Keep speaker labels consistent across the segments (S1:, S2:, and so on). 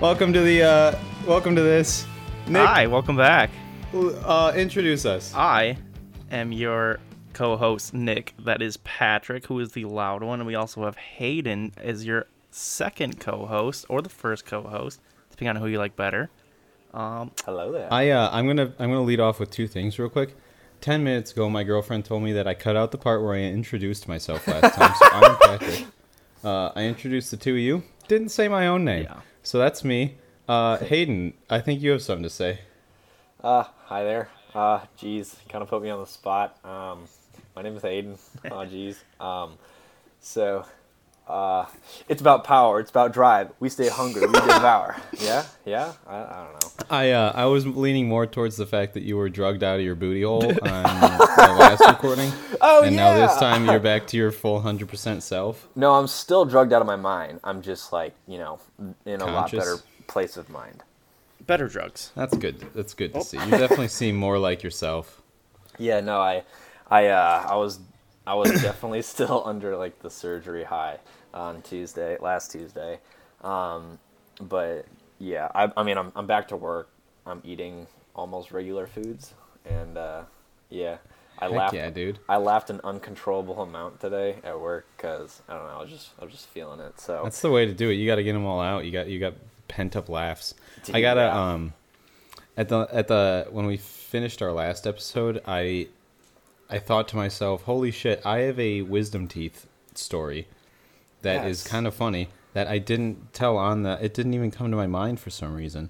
S1: Welcome to the. Uh, welcome to this. Nick,
S2: Hi, welcome back.
S1: uh, introduce us.
S2: I am your co-host Nick. That is Patrick, who is the loud one, and we also have Hayden as your second co-host or the first co-host, depending on who you like better.
S3: Hello there.
S1: I uh, I'm gonna I'm gonna lead off with two things real quick. Ten minutes ago, my girlfriend told me that I cut out the part where I introduced myself last time. so I'm Patrick. Uh, I introduced the two of you. Didn't say my own name.
S2: Yeah.
S1: So that's me. Uh, Hayden, I think you have something to say.
S3: Uh, hi there. Uh, geez, kind of put me on the spot. Um, my name is Aiden. Oh, geez. Um, so, uh, it's about power. It's about drive. We stay hungry. We devour. Yeah, yeah. I, I don't know.
S1: I uh, I was leaning more towards the fact that you were drugged out of your booty hole on the last recording.
S3: Oh
S1: and
S3: yeah.
S1: now this time you're back to your full 100% self.
S3: No, I'm still drugged out of my mind. I'm just like you know, in a
S1: Conscious?
S3: lot better place of mind.
S2: Better drugs.
S1: That's good. That's good
S3: Oh.
S1: to see. You definitely seem more like yourself.
S3: Yeah. No, I, I, uh, I was, I was definitely still under like the surgery high on Tuesday, last Tuesday. Um, but yeah, I, I mean, I'm, I'm back to work. I'm eating almost regular foods, and uh, yeah, I
S1: Heck
S3: laughed.
S1: yeah, dude.
S3: I laughed an uncontrollable amount today at work because I don't know. I was just, I was just feeling it. So
S1: That's the way to do it. You got to get them all out. You got you got pent up laughs.
S3: Dude,
S1: I gotta
S3: yeah.
S1: um at the at the when we finished our last episode, I I thought to myself, "Holy shit, I have a wisdom teeth story that is
S3: Yes.
S1: kind of funny that I didn't tell on the it didn't even come to my mind for some reason."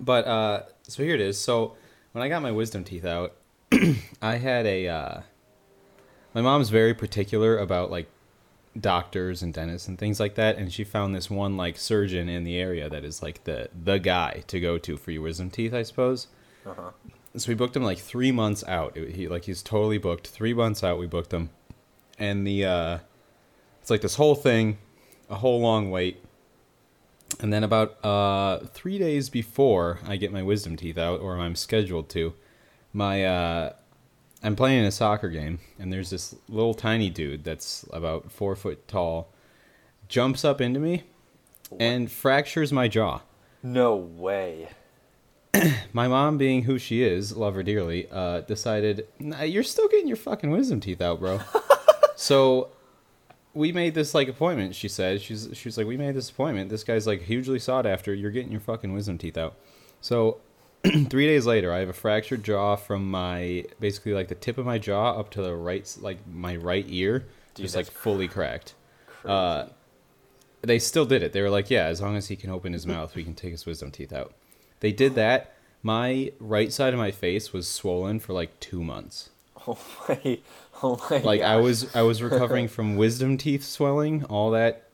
S1: But uh so here it is. So when I got my wisdom teeth out, I had a uh my mom's very particular about like doctors and dentists and things like that and she found this one like surgeon in the area that is like the the guy to go to for your wisdom teeth i suppose so we booked him like three months out It- he like he's totally booked three months out we booked him and the uh it's like this whole thing a whole long wait and then about uh three days before i get my wisdom teeth out or i'm scheduled to my uh I'm playing in a soccer game, and there's this little tiny dude that's about four foot tall, jumps up into me, and fractures my jaw.
S3: no way.
S1: My mom, being who she is, love her dearly, uh, decided, nah, "You're still getting your fucking wisdom teeth out, bro." so, we made this like appointment. She said, "She's she's like, we made this appointment. This guy's like hugely sought after. You're getting your fucking wisdom teeth out." So, three days later, I have a fractured jaw from my basically like the tip of my jaw up to the right, s- like my right ear, just like
S3: that's
S1: fully cracked. Uh, they still did it. They were like, yeah, as long as he can open his mouth, we can take his wisdom teeth out. They did that. My right side of my face was swollen for like two months.
S3: Oh my, oh my.
S1: Like I
S3: gosh.
S1: was, I was recovering from wisdom teeth swelling, all that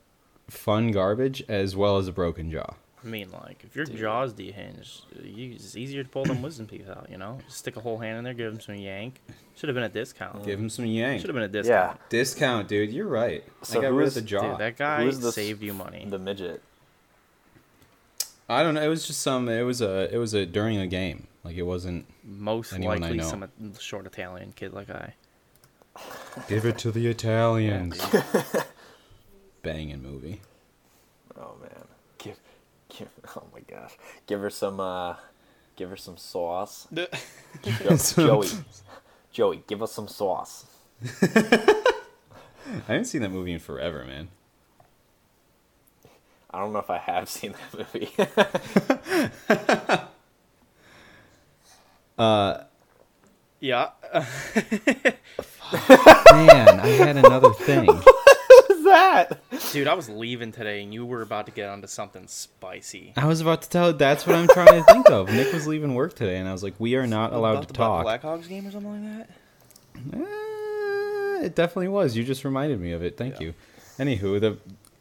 S1: fun garbage, as well as a broken jaw.
S2: I mean, like if your jaw's dehinged, you, it's easier to pull them wisdom teeth out. You know, just stick a whole hand in there, give them some yank. Should have been a discount.
S1: Give him some
S2: Should
S1: yank.
S2: have been a
S3: Yeah.
S2: discount.
S1: Discount, dude. You're right.
S3: So
S1: I got
S3: who
S1: rid of
S3: is-
S1: the jaw.
S2: Dude, that guy
S3: Who's this-
S2: saved you money.
S3: The midget.
S1: I don't know. It was just some. It was a. It was a during a game. Like it wasn't.
S2: Most
S1: Anyone I
S2: likely,
S1: know.
S2: some short Italian kid like I.
S1: Give it to the Italians. Banging movie.
S3: Oh man, give, give, oh my gosh, give her some, uh, give her some sauce. Jo-
S1: Some-
S3: Joey, Joey, give us some sauce.
S1: I haven't seen that movie in forever, man.
S3: I don't know if I have seen that movie.
S2: Yeah.
S1: Man, I had another thing.
S3: that?
S2: Dude, I was leaving today and you were about to get onto something spicy.
S1: I was about to tell. That's what I'm trying to think of. Nick was leaving work today, and I was like, "We are not allowed to talk."
S2: Blackhawks game or something like that?
S1: Eh, it definitely was. You just reminded me of it. Thank you. Anywho, the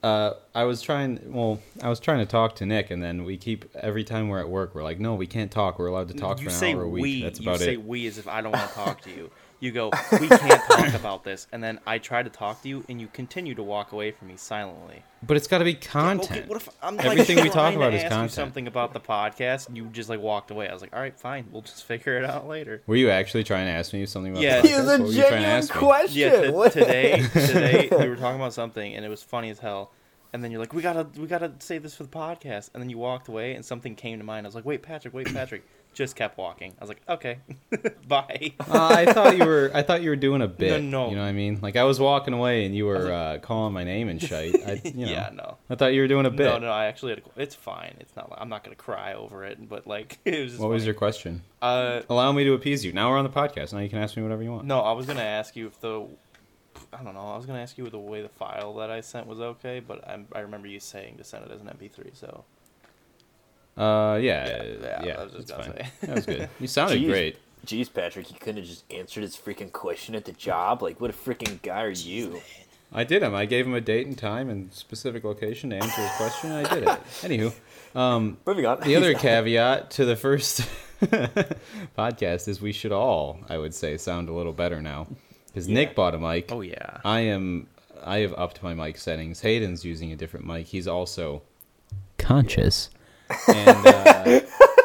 S1: uh, I was trying. Well, I was trying to talk to Nick, and then we keep every time we're at work, we're like, "No, we can't talk. We're allowed to talk
S2: you
S1: for an
S2: say
S1: hour a week."
S2: we.
S1: that's
S2: you
S1: about
S2: say
S1: it.
S2: we as if I don't want to talk to you. You go, we can't talk about this. And then I try to talk to you and you continue to walk away from me silently.
S1: But it's got to be content.
S2: Okay, what if I'm
S1: Everything
S2: like,
S1: we talk
S2: trying
S1: about
S2: to
S1: is
S2: ask
S1: content.
S2: You something about the podcast and you just like walked away. I was like, all right, fine. We'll just figure it out later.
S1: Were you actually trying to ask me something about?
S2: Yeah.
S1: the
S2: He
S1: podcast?
S2: was
S1: What were you trying to ask me?
S2: Yeah, t- today today we were talking about something and it was funny as hell. and then you're like, we gotta we gotta save this for the podcast. And then you walked away, and something came to mind. I was like, wait, Patrick, wait, Patrick. Just kept walking. I was like, okay, bye.
S1: Uh, I thought you were. I thought you were doing a bit.
S2: no.
S1: You know what I mean? Like I was walking away and you were uh, calling my name and shit. I, you know,
S2: Yeah, no.
S1: I thought you were doing a bit.
S2: No, no, I actually had. A, it's fine. It's not. I'm not gonna cry over it. But like, it was. Just
S1: What was
S2: funny.
S1: your question?
S2: Uh,
S1: Allow me to appease you. Now we're on the podcast. Now you can ask me whatever you want.
S2: no, I was gonna ask you if the. I don't know. I was gonna ask you the way the file that I sent was okay, but I, I remember you saying to send it as an MP3. So
S1: Uh, yeah,
S2: Yeah,
S1: yeah,
S2: yeah, I was just
S1: that's
S2: gonna
S1: fine.
S2: say.
S1: that was good. You sounded
S3: Jeez.
S1: great.
S3: Jeez, Patrick, you couldn't have just answered his freaking question at the job. Like, what a freaking guy are you?
S1: I did him. I gave him a date and time and specific location to answer his question. and I did it. Anywho,
S3: Moving on.
S1: the other caveat to the first podcast is we should all, I would say, sound a little better now because
S3: Yeah.
S1: Nick bought a mic.
S2: oh yeah,
S1: I am. I have upped my mic settings. Hayden's using a different mic. He's also conscious, and uh,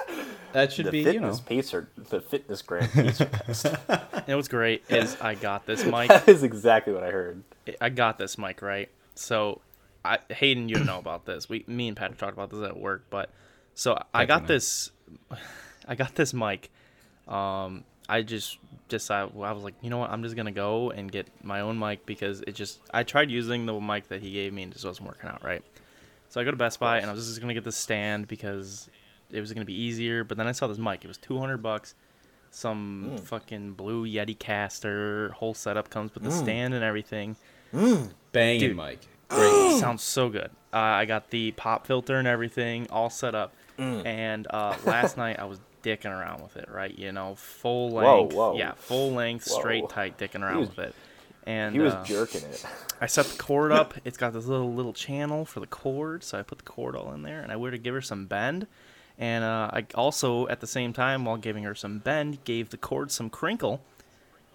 S1: that should
S3: the
S1: be
S3: fitness
S1: you know.
S3: pacer, the fitness grand pacer test.
S2: and what's great is I got this mic.
S3: that is exactly what I heard.
S2: I got this mic right. So, I Hayden, you don't know about this. We, me and Patrick talked about this at work, but so I got
S1: Definitely.
S2: this, I got this mic. Um, I just decided well, I was like, you know what, I'm just gonna go and get my own mic because it just I tried using the mic that he gave me and it just wasn't working out right. So I go to Best Buy and I was just gonna get the stand because it was gonna be easier. But then I saw this mic. It was 200 bucks. Some fucking blue Yeti caster, whole setup comes with the stand and everything.
S1: Banging
S2: Dude.
S1: mic.
S2: Great. Sounds so good. Uh, I got the pop filter and everything all set up.
S3: Mm.
S2: And uh, last night I was dicking around with it, right? You know, full
S3: Whoa,
S2: length.
S3: whoa.
S2: Yeah, full length, straight
S3: Whoa.
S2: tight, dicking around
S3: was-
S2: with it. And
S3: He was
S2: uh,
S3: jerking it.
S2: I set the cord up. It's got this little little channel for the cord, so I put the cord all in there, and I were to give her some bend. And uh, I also, at the same time, while giving her some bend, gave the cord some crinkle,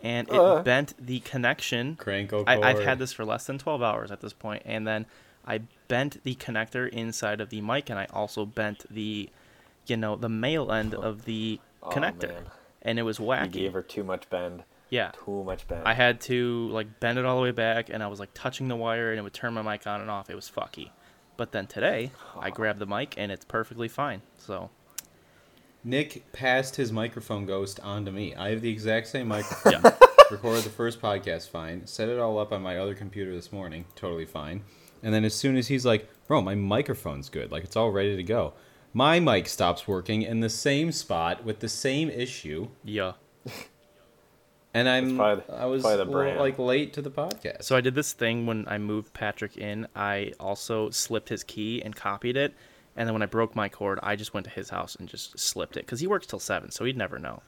S2: and it
S3: Uh.
S2: bent the connection.
S1: Crinkle
S2: I, I've
S1: cord.
S2: had this for less than 12 hours at this point, and then I bent the connector inside of the mic, and I also bent the, you know, the male end of the connector,
S3: Oh, man.
S2: and it was
S3: He
S2: wacky.
S3: gave her too much bend.
S2: yeah.
S3: Too much bend.
S2: I had to like bend it all the way back, and I was like touching the wire, and it would turn my mic on and off. It was fucky. But then today, I grabbed the mic, and it's perfectly fine. So
S1: Nick passed his microphone ghost onto me. I have the exact same microphone.
S2: yeah,
S1: Recorded the first podcast fine. Set it all up on my other computer this morning. Totally fine. And then as soon as he's like, bro, my microphone's good. Like it's all ready to go. My mic stops working in the same spot with the same issue.
S2: yeah.
S1: And I'm
S3: probably-
S1: I was
S3: probably the
S1: a little,
S3: brand.
S1: like late to the podcast.
S2: So I did this thing when I moved Patrick in. I also slipped his key and copied it, and then when I broke my cord, I just went to his house and just slipped it because he works till seven, so he'd never know.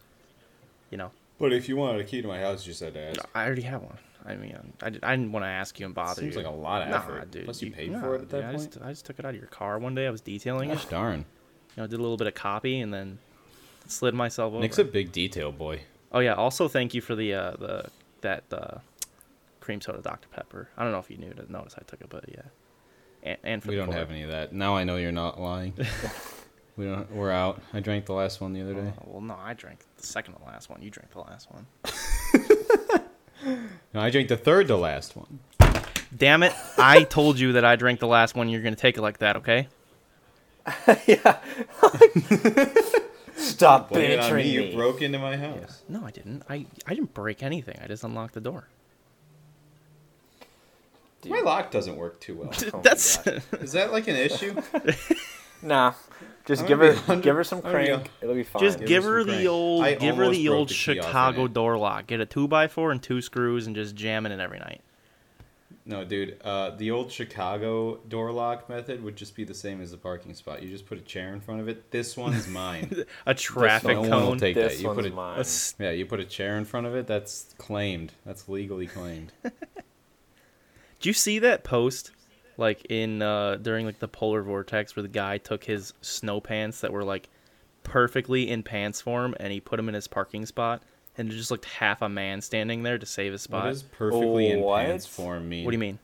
S2: You know,
S1: but if you wanted a key to my house, you said to ask.
S2: I already have one. I mean, I, did, I didn't want to ask you and bother
S1: Seems
S2: you.
S1: like a lot of
S2: Nah,
S1: effort.
S2: dude.
S1: Plus you paid
S2: nah,
S1: for it at
S2: dude,
S1: that
S2: I
S1: point.
S2: Just, I just took it out of your car one day. I was detailing it.
S1: Gosh darn.
S2: you know, did a little bit of copy and then slid myself over.
S1: Nick's a big detail boy.
S2: oh yeah. Also, thank you for the uh, the that uh, cream soda Dr Pepper. I don't know if you knew to notice I took it, but yeah. And, and for
S1: We
S2: the
S1: don't
S2: cord.
S1: have any of that. Now I know you're not lying. we don't we're out. I drank the last one the other day.
S2: Oh, well, no, I drank the second to last one. You drank the last one.
S1: No, I drank the third to last one.
S2: Damn it! I told you that I drank the last one. You're gonna take it like that, okay?
S3: yeah. Stop
S1: Blame it on
S3: bantering
S1: You
S3: me.
S1: broke into my house.
S2: No, I didn't. I I didn't break anything. I just unlocked the door.
S3: Dude.
S1: My lock doesn't work too well.
S3: my
S2: That's
S1: Is that like an issue?
S3: Nah. Just
S1: I'm
S3: give
S1: gonna
S3: her
S1: be 100
S3: give her some
S1: I'm gonna be
S3: crank. It'll be fine.
S2: Just
S1: Give
S2: give
S1: her
S2: her
S1: some
S2: the
S1: crank.
S2: old,
S1: I
S2: give her
S1: almost
S2: the
S1: broke
S2: old
S1: the key off in
S2: Chicago
S1: it.
S2: door lock. Get a two by four and two screws, and just jam it in every night.
S1: no, dude. Uh, the old Chicago door lock method would just be the same as the parking spot. You just put a chair in front of it. This one's mine.
S2: A traffic
S1: no one will
S2: cone.
S1: take that.
S3: this
S1: You put
S3: one's
S1: it-
S2: A
S3: mine.
S2: s-
S1: yeah, you put a chair in front of it. That's claimed. That's legally claimed.
S2: Did you see that post? Like in uh, during like the polar vortex, where the guy took his snow pants that were like perfectly in pants form, and he put them in his parking spot, and it just looked half a man standing there to save his
S1: What
S2: spot.
S1: does perfectly in
S3: What?
S1: pants form mean?
S2: What do you mean?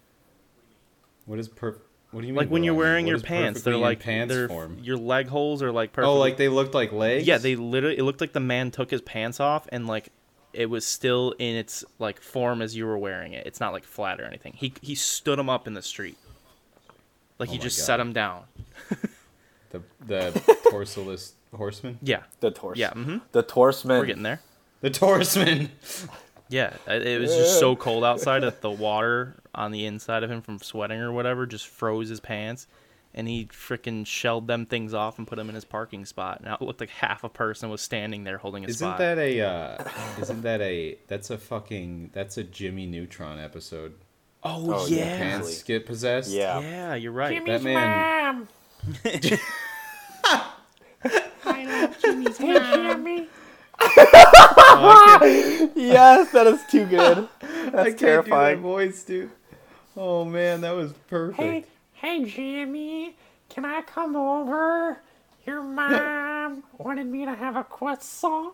S1: What is per? What do you mean?
S2: Like when
S1: what
S2: you're
S1: do I mean?
S2: wearing
S1: What
S2: your
S1: is
S2: pants,
S1: perfectly
S2: they're
S1: in
S2: like
S1: pants
S2: they're
S1: form.
S2: your leg holes are like perfectly
S1: Oh, like they looked like legs.
S2: Yeah, they literally it looked like the man took his pants off and like it was still in its like form as you were wearing it. It's not like flat or anything. He he stood him up in the street. Like
S1: Oh
S2: you
S1: my
S2: just
S1: God.
S2: set him down.
S1: The the torsoless horseman.
S2: Yeah,
S3: The torso.
S2: Yeah,
S1: mm-hmm.
S2: mhm.
S3: The torseman.
S2: we're getting there.
S1: The torseman.
S2: Yeah, it it was just so cold outside that the water on the inside of him from sweating or whatever just froze his pants, and he freaking shelled them things off and put them in his parking spot. Now it looked like half a person was standing there holding his
S1: Isn't
S2: spot.
S1: that a? Uh, isn't that a? That's a fucking. That's a Jimmy Neutron episode.
S2: oh,
S3: Oh, yeah.
S2: yeah.
S1: Pants get possessed.
S2: yeah,
S3: Yeah.
S2: you're right.
S1: That man.
S3: Yes, that is too
S1: I
S3: good. That's
S1: can't do that
S3: terrifying.
S1: voice, dude. Oh man, that was perfect.
S4: Hey, Jimmy, can I come over? Your mom wanted me to have a croissant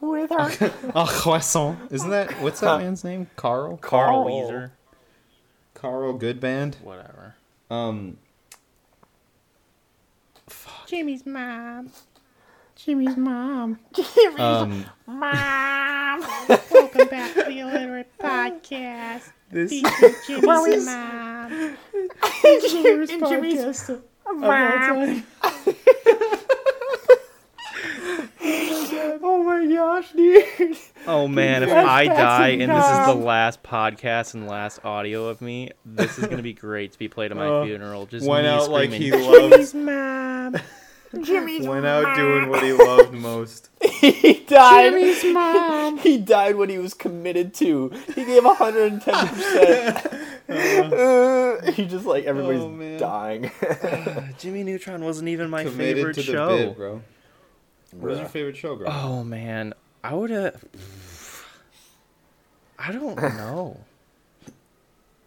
S4: with her.
S2: Ah,
S1: Oh, croissant. Isn't that what's that man's name? Carl.
S2: Carl
S3: Oh.
S2: Weezer,
S1: Carl Goodband.
S2: whatever.
S1: Um,
S4: Jimmy's mom. Jimmy's mom. Jimmy's
S1: um,
S4: mom.
S5: Welcome back to the Illiterate Podcast.
S1: this
S5: Featuring Jimmy's
S4: Maurice.
S5: mom.
S4: Jimmy's podcast. Mom.
S3: Oh my gosh, dude.
S2: Oh man, if I die and this is the
S3: enough.
S2: last podcast and last audio of me, this is gonna be great to be played at my
S1: Uh,
S2: funeral. Just
S1: went
S2: me
S1: out like
S2: screaming,
S1: he loved.
S5: Jimmy's mom.
S4: Jimmy's
S1: Went out doing what he loved most.
S3: He died.
S5: Jimmy's mom.
S3: He died what he was committed to. He gave 110%. Uh, he just like everybody's
S1: Oh, man.
S3: dying.
S2: Jimmy Neutron wasn't even my
S1: Committed
S2: favorite
S1: to the
S2: show.
S1: bit, bro. What was your favorite show, bro?
S2: Oh man, I would have. I don't know.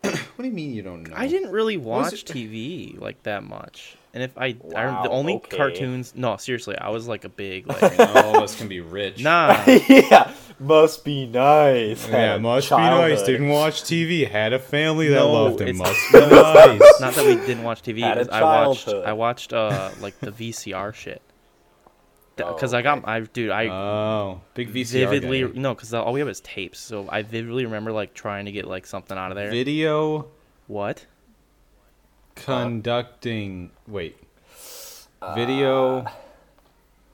S1: What do you mean you don't know?
S2: I didn't really watch
S1: it-
S2: TV like that much, and if I, I
S3: Wow,
S2: the only
S3: okay.
S2: cartoons. No, seriously, I was like a big like.
S1: All of us can be rich.
S2: nah,
S3: yeah, must be nice.
S1: Yeah, must be nice.
S3: Childhood.
S1: Didn't watch TV. Had a family that
S2: No,
S1: loved him.
S2: it's-
S1: Must be nice.
S2: not that we didn't watch TV.
S3: Had a
S2: is I watched.
S3: childhood.
S2: I watched uh like the VCR shit.
S3: Oh,
S2: Because I got I dude I
S1: Oh, big VCR.
S2: vividly
S1: guy.
S2: no because all we have is tapes. So I vividly remember like trying to get like something out of there.
S1: Video
S2: what?
S1: conducting. Wait. uh, Video.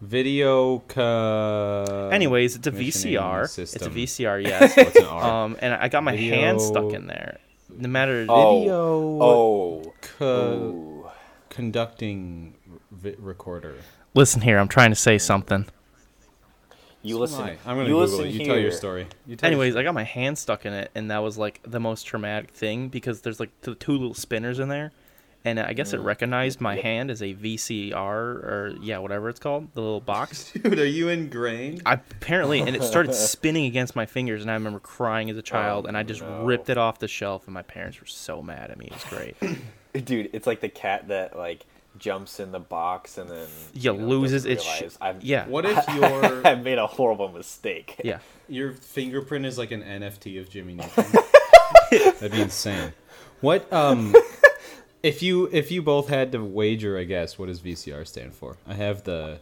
S1: Video. Co-
S2: Anyways, it's a
S1: Oh, commissioning
S2: VCR. It's a
S1: system.
S2: VCR. Yes.
S1: What's an R?
S2: Um, and I got my hand stuck
S1: Video-
S2: in there. No matter.
S3: Oh.
S1: Video.
S3: Oh.
S1: Co-
S3: Ooh.
S1: conducting vi- recorder.
S2: Listen here, I'm trying to say something.
S3: You
S1: Why?
S3: listen.
S1: I'm gonna
S3: you
S1: Google
S3: listen
S1: it. You
S3: here.
S1: tell your story. You tell
S2: Anyways, I got my hand stuck in it, and that was like the most traumatic thing because there's like the two little spinners in there, and I guess it
S3: Mm.
S2: recognized my hand as a VCR or yeah, whatever it's called, the little box.
S1: your- dude, are you ingrained?
S2: I apparently, and it started spinning against my fingers, and I remember crying as a child, and I just
S3: Oh, no.
S2: ripped it off the shelf, and my parents were so mad at me. It was great.
S3: Dude, it's like the cat that like jumps in the box and then
S2: Yeah,
S3: know,
S2: loses
S3: doesn't
S2: its sh-
S3: realize I've,
S2: yeah,
S1: What if your
S3: I made a horrible mistake.
S2: yeah.
S1: Your fingerprint is like an NFT of Jimmy Neutron. That'd be insane. What um if you if you both had to wager I guess, what does VCR stand for? I have the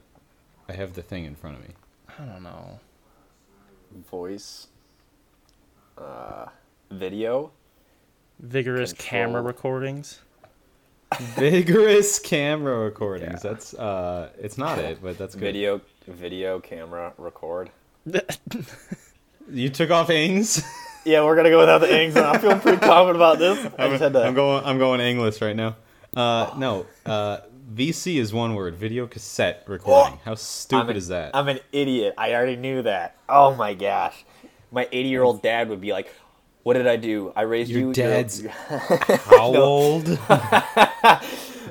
S1: I have the thing in front of me.
S2: I don't know.
S3: Voice. Uh, video.
S2: Vigorous camera
S3: Controlled.
S2: recordings.
S1: Vigorous camera recordings. That's uh it's not it, but that's good.
S3: Video. Video camera record.
S1: You took off Ings?
S3: Yeah, we're gonna go without the ings, and I feel pretty confident about this. I just had to.
S1: I'm going I'm going English right now. Uh no, uh VC is one word, video cassette recording. How
S3: Oh! I'm
S1: stupid
S3: an-
S1: is that?
S3: I'm an idiot. I already knew that. Oh my gosh, my 80 year old dad would be like, "What did I do? I raised
S1: Your
S3: you."
S1: dad's- How old?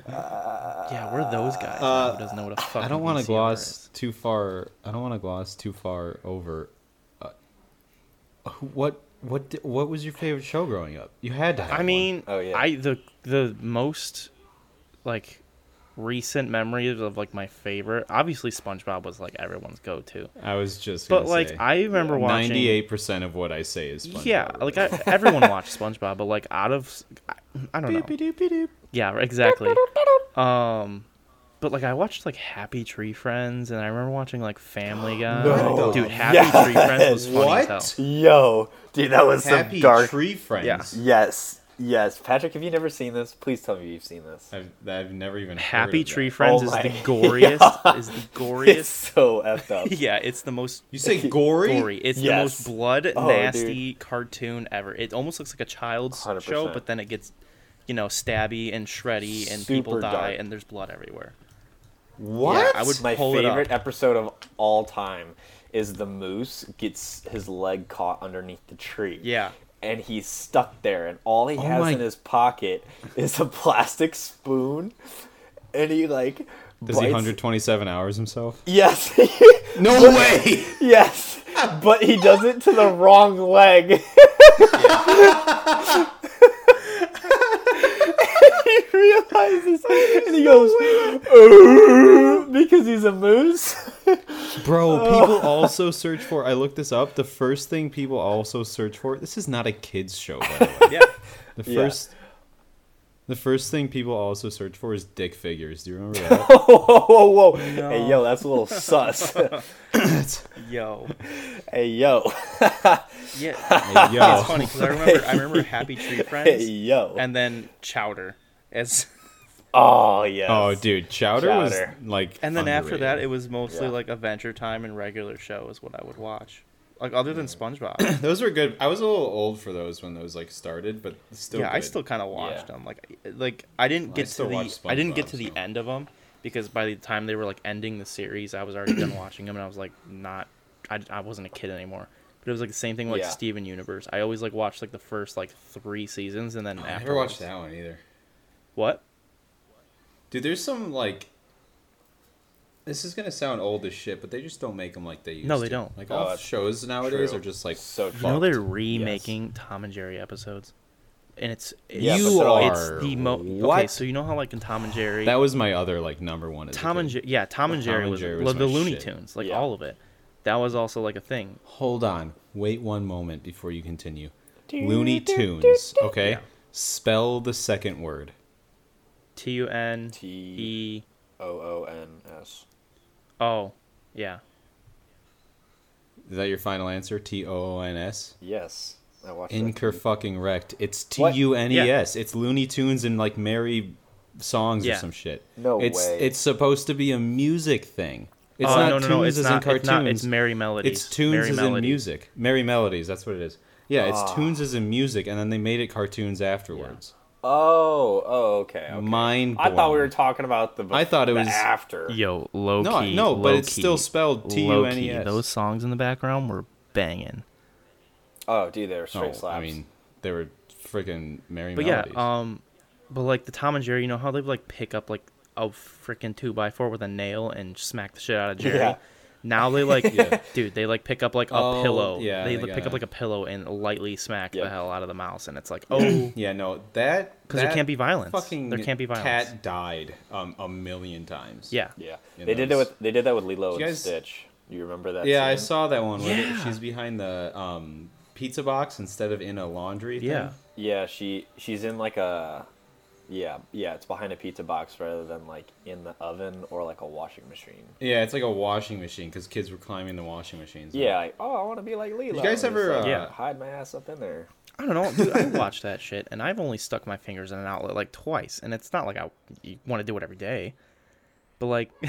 S2: Yeah, we're those guys. now who doesn't know what a fucking
S1: Uh, I don't want to
S2: VCR
S1: gloss
S2: is.
S1: too far. I don't want to gloss too far over. Uh, what what di- what was your favorite show growing up? You had to. Have
S2: I
S1: one.
S2: mean,
S3: Oh, yeah.
S2: I the the most like recent memories of like my favorite. Obviously, SpongeBob was like everyone's go to.
S1: I was just.
S2: But like, I remember watching.
S1: ninety-eight percent of what I say is. SpongeBob.
S2: Yeah, like I, everyone watched SpongeBob, but like out of, s- I, I don't know. Yeah, exactly. Um, but like I watched like Happy Tree Friends, and I remember watching like Family Guy.
S3: No.
S2: Dude, Happy Tree Friends was funny as hell.
S1: What?
S3: Yo, dude, that was
S1: Happy
S3: some dark.
S1: Tree Friends.
S2: Yeah.
S3: yes, Yes, Patrick, have you never seen this? Please tell me you've seen this.
S1: I've, I've never even
S2: Happy
S1: heard of that.
S2: Tree Friends
S3: Oh
S2: is
S3: my-
S2: the goriest. Is the
S3: It's
S2: goriest.
S3: so effed up.
S2: yeah, it's the most
S1: You say gory?
S2: gory. It's the most
S3: Yes.
S2: blood
S3: Oh,
S2: nasty cartoon ever. It almost looks like a child's
S3: 100%.
S2: show, but then it gets, you know, stabby and shreddy, and people
S3: Super
S2: die,
S3: dark.
S2: and there's blood everywhere.
S1: What?
S2: Yeah, I would-
S3: My
S2: Pull it
S3: favorite
S2: up.
S3: episode of all time is the moose gets his leg caught underneath the tree.
S2: Yeah. Oh
S3: And he's stuck there, and all he has
S1: my-
S3: in his pocket is a plastic spoon, and he like
S1: Does he 127 hours himself?
S3: Yes,
S1: No way!
S3: yes, but he does it to the wrong leg. he realizes, and he goes, "Ooh," because he's a moose.
S1: Bro, people also search for. I looked this up. The first thing people also search for. This is not a kids show, by the way.
S2: Yeah,
S1: The
S3: Yeah.
S1: first, the first thing people also search for is dick figures. Do you remember that?
S3: whoa, whoa, whoa,
S1: Oh,
S3: whoa. Hey, yo, that's a little sus.
S2: yo,
S3: hey, yo.
S2: yeah.
S1: Hey, yo,
S2: It's funny because I remember I remember Happy Tree
S3: Oh Hey,
S2: Friends,
S3: yo.
S2: and then Chowder, as
S3: oh, yes.
S1: oh dude, chowder,
S3: Chowder.
S1: was like.
S2: and then after that it was mostly
S3: Yeah.
S2: like Adventure Time and regular show is what I would watch. Like other
S3: Mm.
S2: than SpongeBob,
S1: those were good. I was a little old for those when those like started, but still.
S2: yeah, I
S1: good.
S2: still kind of watched
S3: Yeah.
S2: them. Like, like I didn't get to
S1: still
S2: the
S1: watch
S2: I didn't get
S1: SpongeBob,
S2: to the
S1: so.
S2: end of them because by the time they were like ending the series, I was already done watching them, and I was like not I, I wasn't a kid anymore. But it was like the same thing with
S3: Yeah.
S2: like Steven Universe. I always like watched like the first like three seasons, and then
S1: Oh, I
S2: after
S1: never watched that one either.
S2: What?
S1: Dude, there's some like. This is gonna sound old as shit, but they just don't make them like they used.
S2: No, they
S1: to.
S2: don't.
S1: Like
S3: Oh,
S1: all
S3: that's
S1: shows nowadays
S3: True.
S1: are just like.
S3: so
S2: You know
S3: fucked.
S2: they're remaking Tom and Jerry episodes, and it's
S3: Yeah,
S2: it's,
S3: but they're all-
S2: it's the mo- okay.
S1: what?
S2: So you know how like in Tom and Jerry,
S1: That was my other like number one. As a
S2: Tom and
S1: kid.
S2: Jerry, yeah, Tom and Jerry
S1: and
S2: was,
S1: Jerry
S2: lo-
S1: was
S2: the
S1: my
S2: Looney
S1: shit.
S2: Tunes, like
S3: Yeah.
S2: all of it. That was also like a thing.
S1: Hold on. Wait one moment before you continue. Looney Tunes, Oh. okay?
S2: Yeah.
S1: Spell the second word.
S2: T U N
S3: T
S2: E
S3: O O N S.
S2: O, yeah.
S1: Is that your final answer? T O O N S?
S3: Yes. I watched that.
S1: Inker fucking wrecked. It's T
S3: What?
S1: U N E S. It's Looney Tunes and like merry songs or
S2: Yeah.
S1: some shit.
S3: No
S1: it's,
S3: way.
S1: It's supposed to be a music thing. It's
S2: oh
S1: not
S2: no
S1: tunes
S2: no no, it's
S1: as
S2: not,
S1: in
S2: it's not. It's
S1: cartoons.
S2: Merry Melodies.
S1: It's tunes
S2: Merry
S1: as in
S2: Melodies.
S1: music. Merry melodies. That's what it is. Yeah, it's
S3: Ah.
S1: tunes as in music, and then they made it cartoons afterwards.
S3: Oh, oh, okay. okay.
S1: Mind.
S3: I thought we
S1: blown.
S3: were talking about the. bef-
S1: I thought it
S3: the
S1: was-
S3: after.
S2: Yo, low
S1: No,
S2: key.
S1: no, but
S2: low
S1: it's still
S2: key,
S1: spelled T U
S2: low
S1: N E
S2: key.
S1: S.
S2: Those songs in the background were banging.
S3: Oh, dude, they were straight
S1: Oh,
S3: slaps.
S1: I mean, they were freaking merry
S2: But
S1: melodies.
S2: yeah, um, but like the Tom and Jerry, you know how they would like pick up like a freaking two by four with a nail and smack the shit out of Jerry.
S3: Yeah.
S2: Now they like,
S1: Yeah.
S2: dude, they like pick up like a
S1: Oh,
S2: pillow.
S1: yeah, they
S2: they like, pick
S1: gotta-
S2: up like a pillow and lightly smack
S3: Yep.
S2: the hell out of the mouse, and it's like, oh,
S1: yeah, no, that
S2: because there
S1: that
S2: can't be violence.
S1: Fucking
S2: there can't be violence.
S1: Cat died um, a million times.
S2: Yeah.
S3: yeah,
S1: In
S3: they did it
S1: those.
S3: with they did that with Lilo
S1: You
S3: and
S1: guys-
S3: Stitch. You remember that?
S1: yeah, I
S3: scene?
S1: saw that one. Where
S2: Yeah.
S1: she's behind the um, pizza box instead of in a laundry. thing.
S2: Yeah.
S3: Yeah, she she's in like a. Yeah, yeah, it's behind a pizza box rather than like in the oven or like a washing machine.
S1: yeah, it's like a washing machine because kids were climbing the washing machines.
S3: Yeah, like, oh, I want to be like
S1: You
S3: Lilo.
S1: guys
S3: and just,
S1: ever,
S3: like,
S1: uh,
S2: Yeah.
S3: hide my ass up in there?
S2: I don't know, dude. I watched that shit, and I've only stuck my fingers in an outlet like twice, and it's not like I want to do it every day. But like,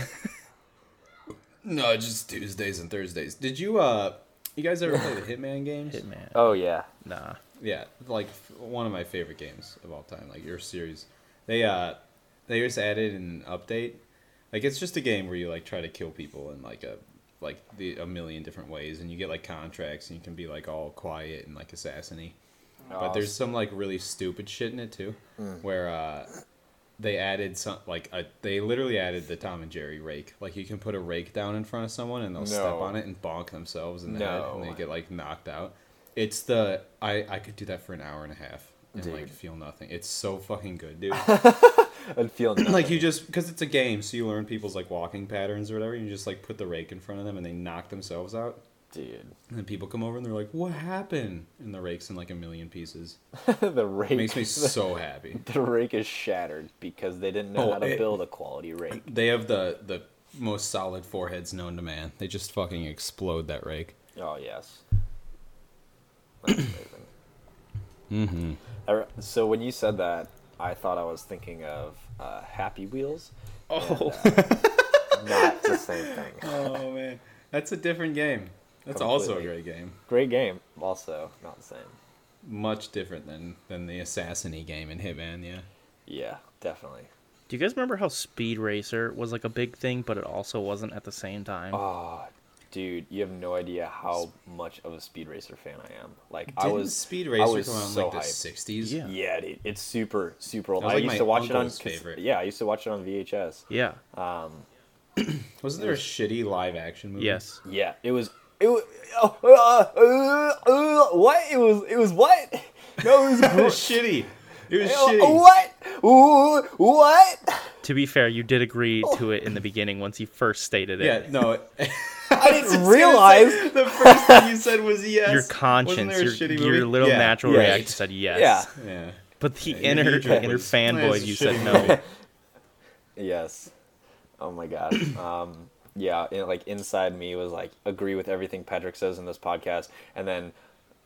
S1: No, just Tuesdays and Thursdays. Did you uh, you guys ever play the Hitman games?
S2: man,
S3: Oh yeah,
S2: nah.
S1: yeah like f- one of my favorite games of all time like your series they uh they just added an update like it's just a game where you like try to kill people in like a like the, a million different ways and you get like contracts and you can be like all quiet and like assassiny but
S3: Oh,
S1: there's some like really stupid shit in it too
S3: Mm.
S1: where uh they added some like a, they literally added the Tom and Jerry rake. Like you can put a rake down in front of someone and they'll step
S3: No.
S1: on it and bonk themselves in the head and
S3: No.
S1: they get like knocked out. It's the I I could do that for an hour and a half and like
S3: Dude.
S1: feel nothing. It's so fucking good, dude.
S3: I'd feel
S1: like you just because it's a game, so you learn people's like walking patterns or whatever. You just like put the rake in front of them and they knock themselves out.
S3: dude.
S1: And then people come over and they're like, "What happened?" And the rake's in like a million pieces.
S3: the rake
S1: It makes me so happy.
S3: The rake is shattered because they didn't know
S1: Oh,
S3: how to
S1: it-
S3: build a quality rake.
S1: They have the the most solid foreheads known to man. They just fucking explode that rake.
S3: Oh yes. That's amazing.
S1: Mm-hmm.
S3: I re- So when you said that, I thought I was thinking of uh, Happy Wheels.
S1: Oh.
S3: Not the same thing.
S1: oh man, that's a different game. That's also a great game.
S3: Great game, also not the same.
S1: Much different than than the Assassin game in Hitman. Yeah.
S3: Yeah, definitely.
S2: Do you guys remember how Speed Racer was like a big thing, but it also wasn't at the same time?
S1: Ah,
S3: Oh, dude, you have no idea how much of a Speed Racer fan I am. Like I
S1: Didn't
S3: was
S1: Speed
S3: I
S1: Racer
S3: was
S1: come out in
S3: so
S1: like the
S3: hyped.
S1: sixties?
S2: Yeah.
S3: Yeah, dude, it's super, super old.
S1: That was,
S3: I
S1: like,
S3: used
S1: my
S3: to watch it on.
S1: uncle's
S3: cas-
S1: favorite.
S3: Yeah, I used to watch it on VHS.
S2: Yeah.
S1: um, Wasn't there a shitty live action movie?
S2: yes.
S3: Yeah, it was. It was oh, uh, uh, uh, what? It was. It was what? No, it was
S1: It
S3: gr-
S1: was shitty. It was
S3: Oh,
S1: shitty.
S3: What? Ooh, What?
S2: To be fair, you did agree to it in the beginning once you first stated it.
S1: Yeah, no. it-
S3: I didn't realize.
S1: the first thing you said was yes.
S2: Your
S1: Wasn't
S2: conscience,
S1: there a
S2: your,
S1: shitty
S2: your
S1: movie?
S2: little
S1: Yeah.
S2: natural
S3: Yes.
S2: reaction said yes.
S3: Yeah.
S1: Yeah.
S2: But the
S1: your
S2: inner
S1: knee jerk
S2: inner
S1: was, "Oh,
S2: fanboy,
S1: it's a
S2: you said
S1: shitty
S2: no.
S1: movie."
S3: Yes. Oh my god. Um. Yeah. And like inside me was like agree with everything Patrick says in this podcast, and then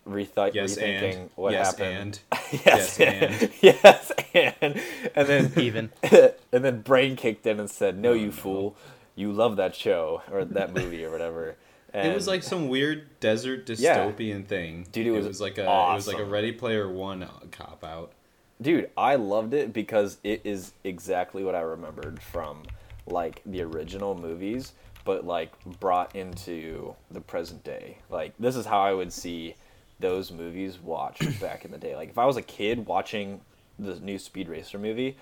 S3: rethought
S1: Yes
S3: rethinking
S1: and
S3: what
S1: yes
S3: happened.
S1: and
S3: yes,
S1: Yes, and.
S3: yes and and then
S2: Even
S3: and then brain kicked in and said, "No, you fool, you love that show or that movie or whatever." And
S1: it was like some weird desert
S3: Yeah.
S1: dystopian thing.
S3: Dude, it was
S1: like a it was like a
S3: awesome.
S1: Ready Player One uh, cop out.
S3: dude, I loved it because it is exactly what I remembered from like the original movies, but like brought into the present day. Like this is how I would see those movies watched back in the day. Like if I was a kid watching the new Speed Racer movie,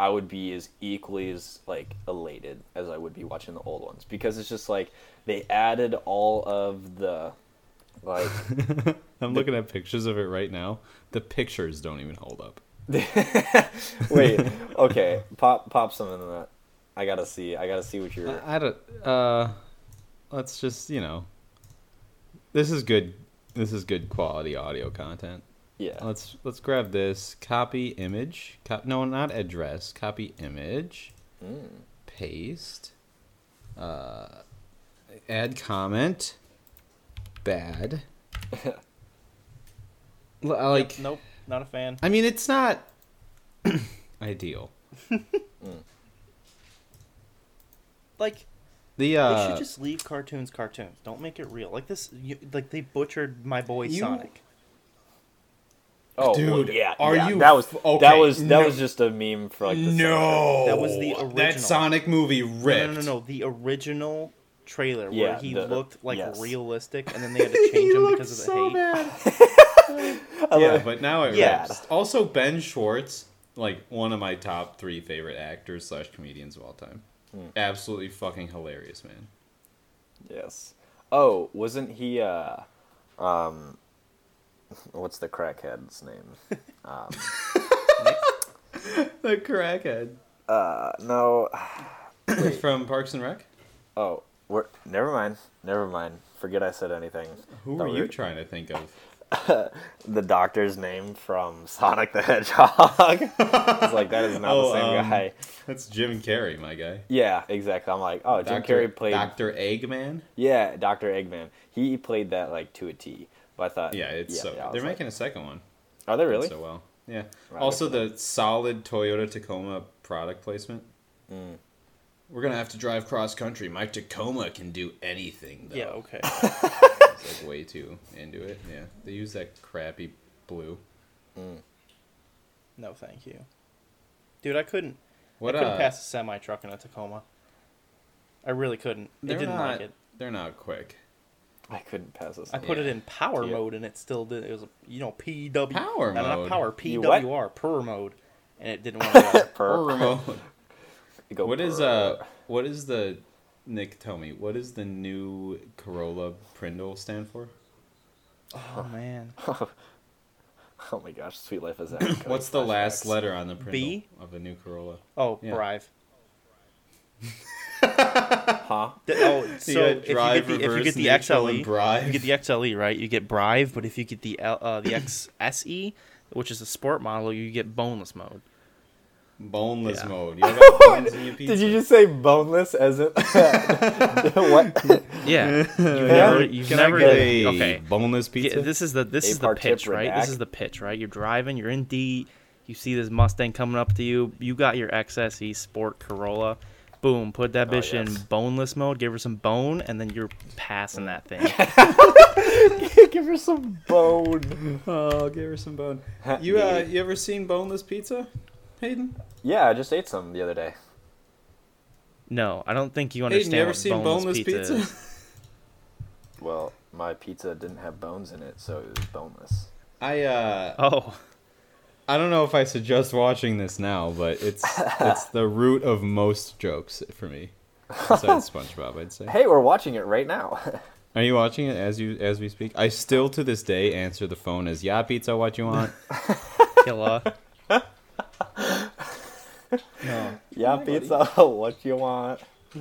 S3: I would be as equally as like elated as I would be watching the old ones because it's just like they added all of the like
S1: I'm looking at pictures of it right now. The pictures don't even hold up.
S3: Wait, okay. Pop pop some in that. I gotta see. I gotta see what you're.
S1: I don't. Uh, let's just you know. This is good. This is good quality audio content.
S3: Yeah.
S1: Let's let's grab this. Copy image. Cop, no, not address. Copy image.
S2: Hmm.
S1: Paste. Uh, add comment. Bad. L- I like.
S2: nope, not a fan.
S1: I mean, it's not ideal.
S2: Like
S1: The
S2: they
S1: uh,
S2: should just leave cartoons cartoons. Don't make it real. Like this you, like they butchered my boy
S1: You-
S2: Sonic.
S3: Oh,
S1: Dude,
S3: well, yeah.
S1: are
S3: yeah,
S1: you
S3: That was
S1: f- okay,
S3: that was that
S1: no.
S3: was just a meme for like the
S1: no,
S2: That was the
S1: That
S2: original.
S1: Sonic movie
S2: No,
S1: ripped.
S2: no, no, no, the original trailer
S3: Yeah,
S2: where he
S3: the-
S2: looked like
S3: yes.
S2: realistic and then they had to change him because of the hate.
S1: yeah, but now it
S3: Yeah.
S1: rips. Also, Ben Schwartz, like one of my top three favorite actors slash comedians of all time. Absolutely fucking hilarious, man.
S3: Yes. Oh, wasn't he? uh Um, what's the crackhead's name?
S1: The crackhead
S3: Uh, no.
S1: from Parks and Rec.
S3: Oh, we're never mind. Never mind. Forget I said anything.
S1: Who
S3: Thought
S1: were
S3: we
S1: you trying to think of?
S3: The doctor's name from Sonic the Hedgehog. it's like that is not
S1: Oh,
S3: the same
S1: um,
S3: guy.
S1: That's Jim Carrey, my guy.
S3: Yeah, exactly. I'm like, oh, Jim
S1: Dr.
S3: Carrey played
S1: Dr. Eggman.
S3: Yeah, Doctor Eggman. He played that like to a T. But I thought,
S1: Yeah, it's so.
S3: I was
S1: They're
S3: like,
S1: making a second one.
S3: Are they really?
S1: So well, yeah.
S3: Right,
S1: also,
S3: look at
S1: the solid Toyota Tacoma product placement. We're gonna have to drive cross country. My Tacoma can do anything. Though.
S2: Yeah, okay.
S1: It's, like way too into it. Yeah, they use that crappy blue.
S2: No, thank you. Dude, I couldn't
S1: What
S2: I couldn't
S1: uh,
S2: pass a semi truck in a Tacoma. I really couldn't. It
S1: They're
S2: didn't
S1: not.
S2: like it.
S1: They're not quick.
S3: I couldn't pass this.
S2: I
S3: one.
S2: put it
S1: Yeah.
S2: in power
S3: Yeah.
S2: mode and it still did. It was you know PW
S1: Power
S2: no,
S1: mode?
S2: not power
S3: You what?
S2: PWR per mode, and it didn't want to.
S3: Per-
S1: Or remote.
S3: go
S1: Oh, What is
S3: per-
S1: uh? What is the Nick? Tell me. What does the new Corolla Prindle stand for?
S2: oh man,
S3: Oh my gosh, Sweet Life is that.
S1: What's the last letter on the Prindle
S2: B?
S1: of the new Corolla?
S2: oh
S1: Yeah.
S2: drive.
S3: Huh?
S2: Th- Oh,
S1: You
S2: so
S1: got
S2: if you get the if you
S1: reverse,
S2: get the
S1: neutral, and
S2: XLE,
S1: drive.
S2: you get the XLE right, you get Brive. But if you E, get the L, uh, the XSE, which is a sport model, you get boneless mode.
S1: Boneless
S2: Yeah.
S1: mode. You got bones in your pizza.
S3: Did you just say boneless as in what?
S2: Yeah, you've never, you've
S1: Can
S2: never.
S1: I get a
S2: okay,
S1: boneless
S2: Yeah,
S1: pizza?
S2: this is the this
S3: A
S2: is the
S3: part
S2: pitch,
S3: tip,
S2: right?
S3: Redak.
S2: This is the pitch, right? You're driving, you're in D, you see this Mustang coming up to you. You got your XSE Sport Corolla. Boom, put that
S3: Oh,
S2: bitch in
S3: yes.
S2: boneless mode, give her some bone, and then you're passing that thing.
S3: Give her some bone.
S1: oh, give her some bone. You uh, you ever seen boneless pizza, Hayden?
S3: Yeah, I just ate some the other day.
S2: No, I don't think you
S1: Hayden,
S2: understand
S1: you ever
S2: what
S1: seen boneless, pizza?
S2: is.
S3: Well, my pizza didn't have bones in it, so it was boneless.
S1: I uh,
S2: Oh,
S1: I don't know if I suggest watching this now, but it's it's the root of most jokes for me. Besides SpongeBob, I'd say.
S3: Hey, we're watching it right now.
S1: Are you watching it as you as we speak? I still to this day answer the phone as "Yeah, pizza, what you want?"
S2: killer.
S1: no.
S3: yeah, pizza. What you want? I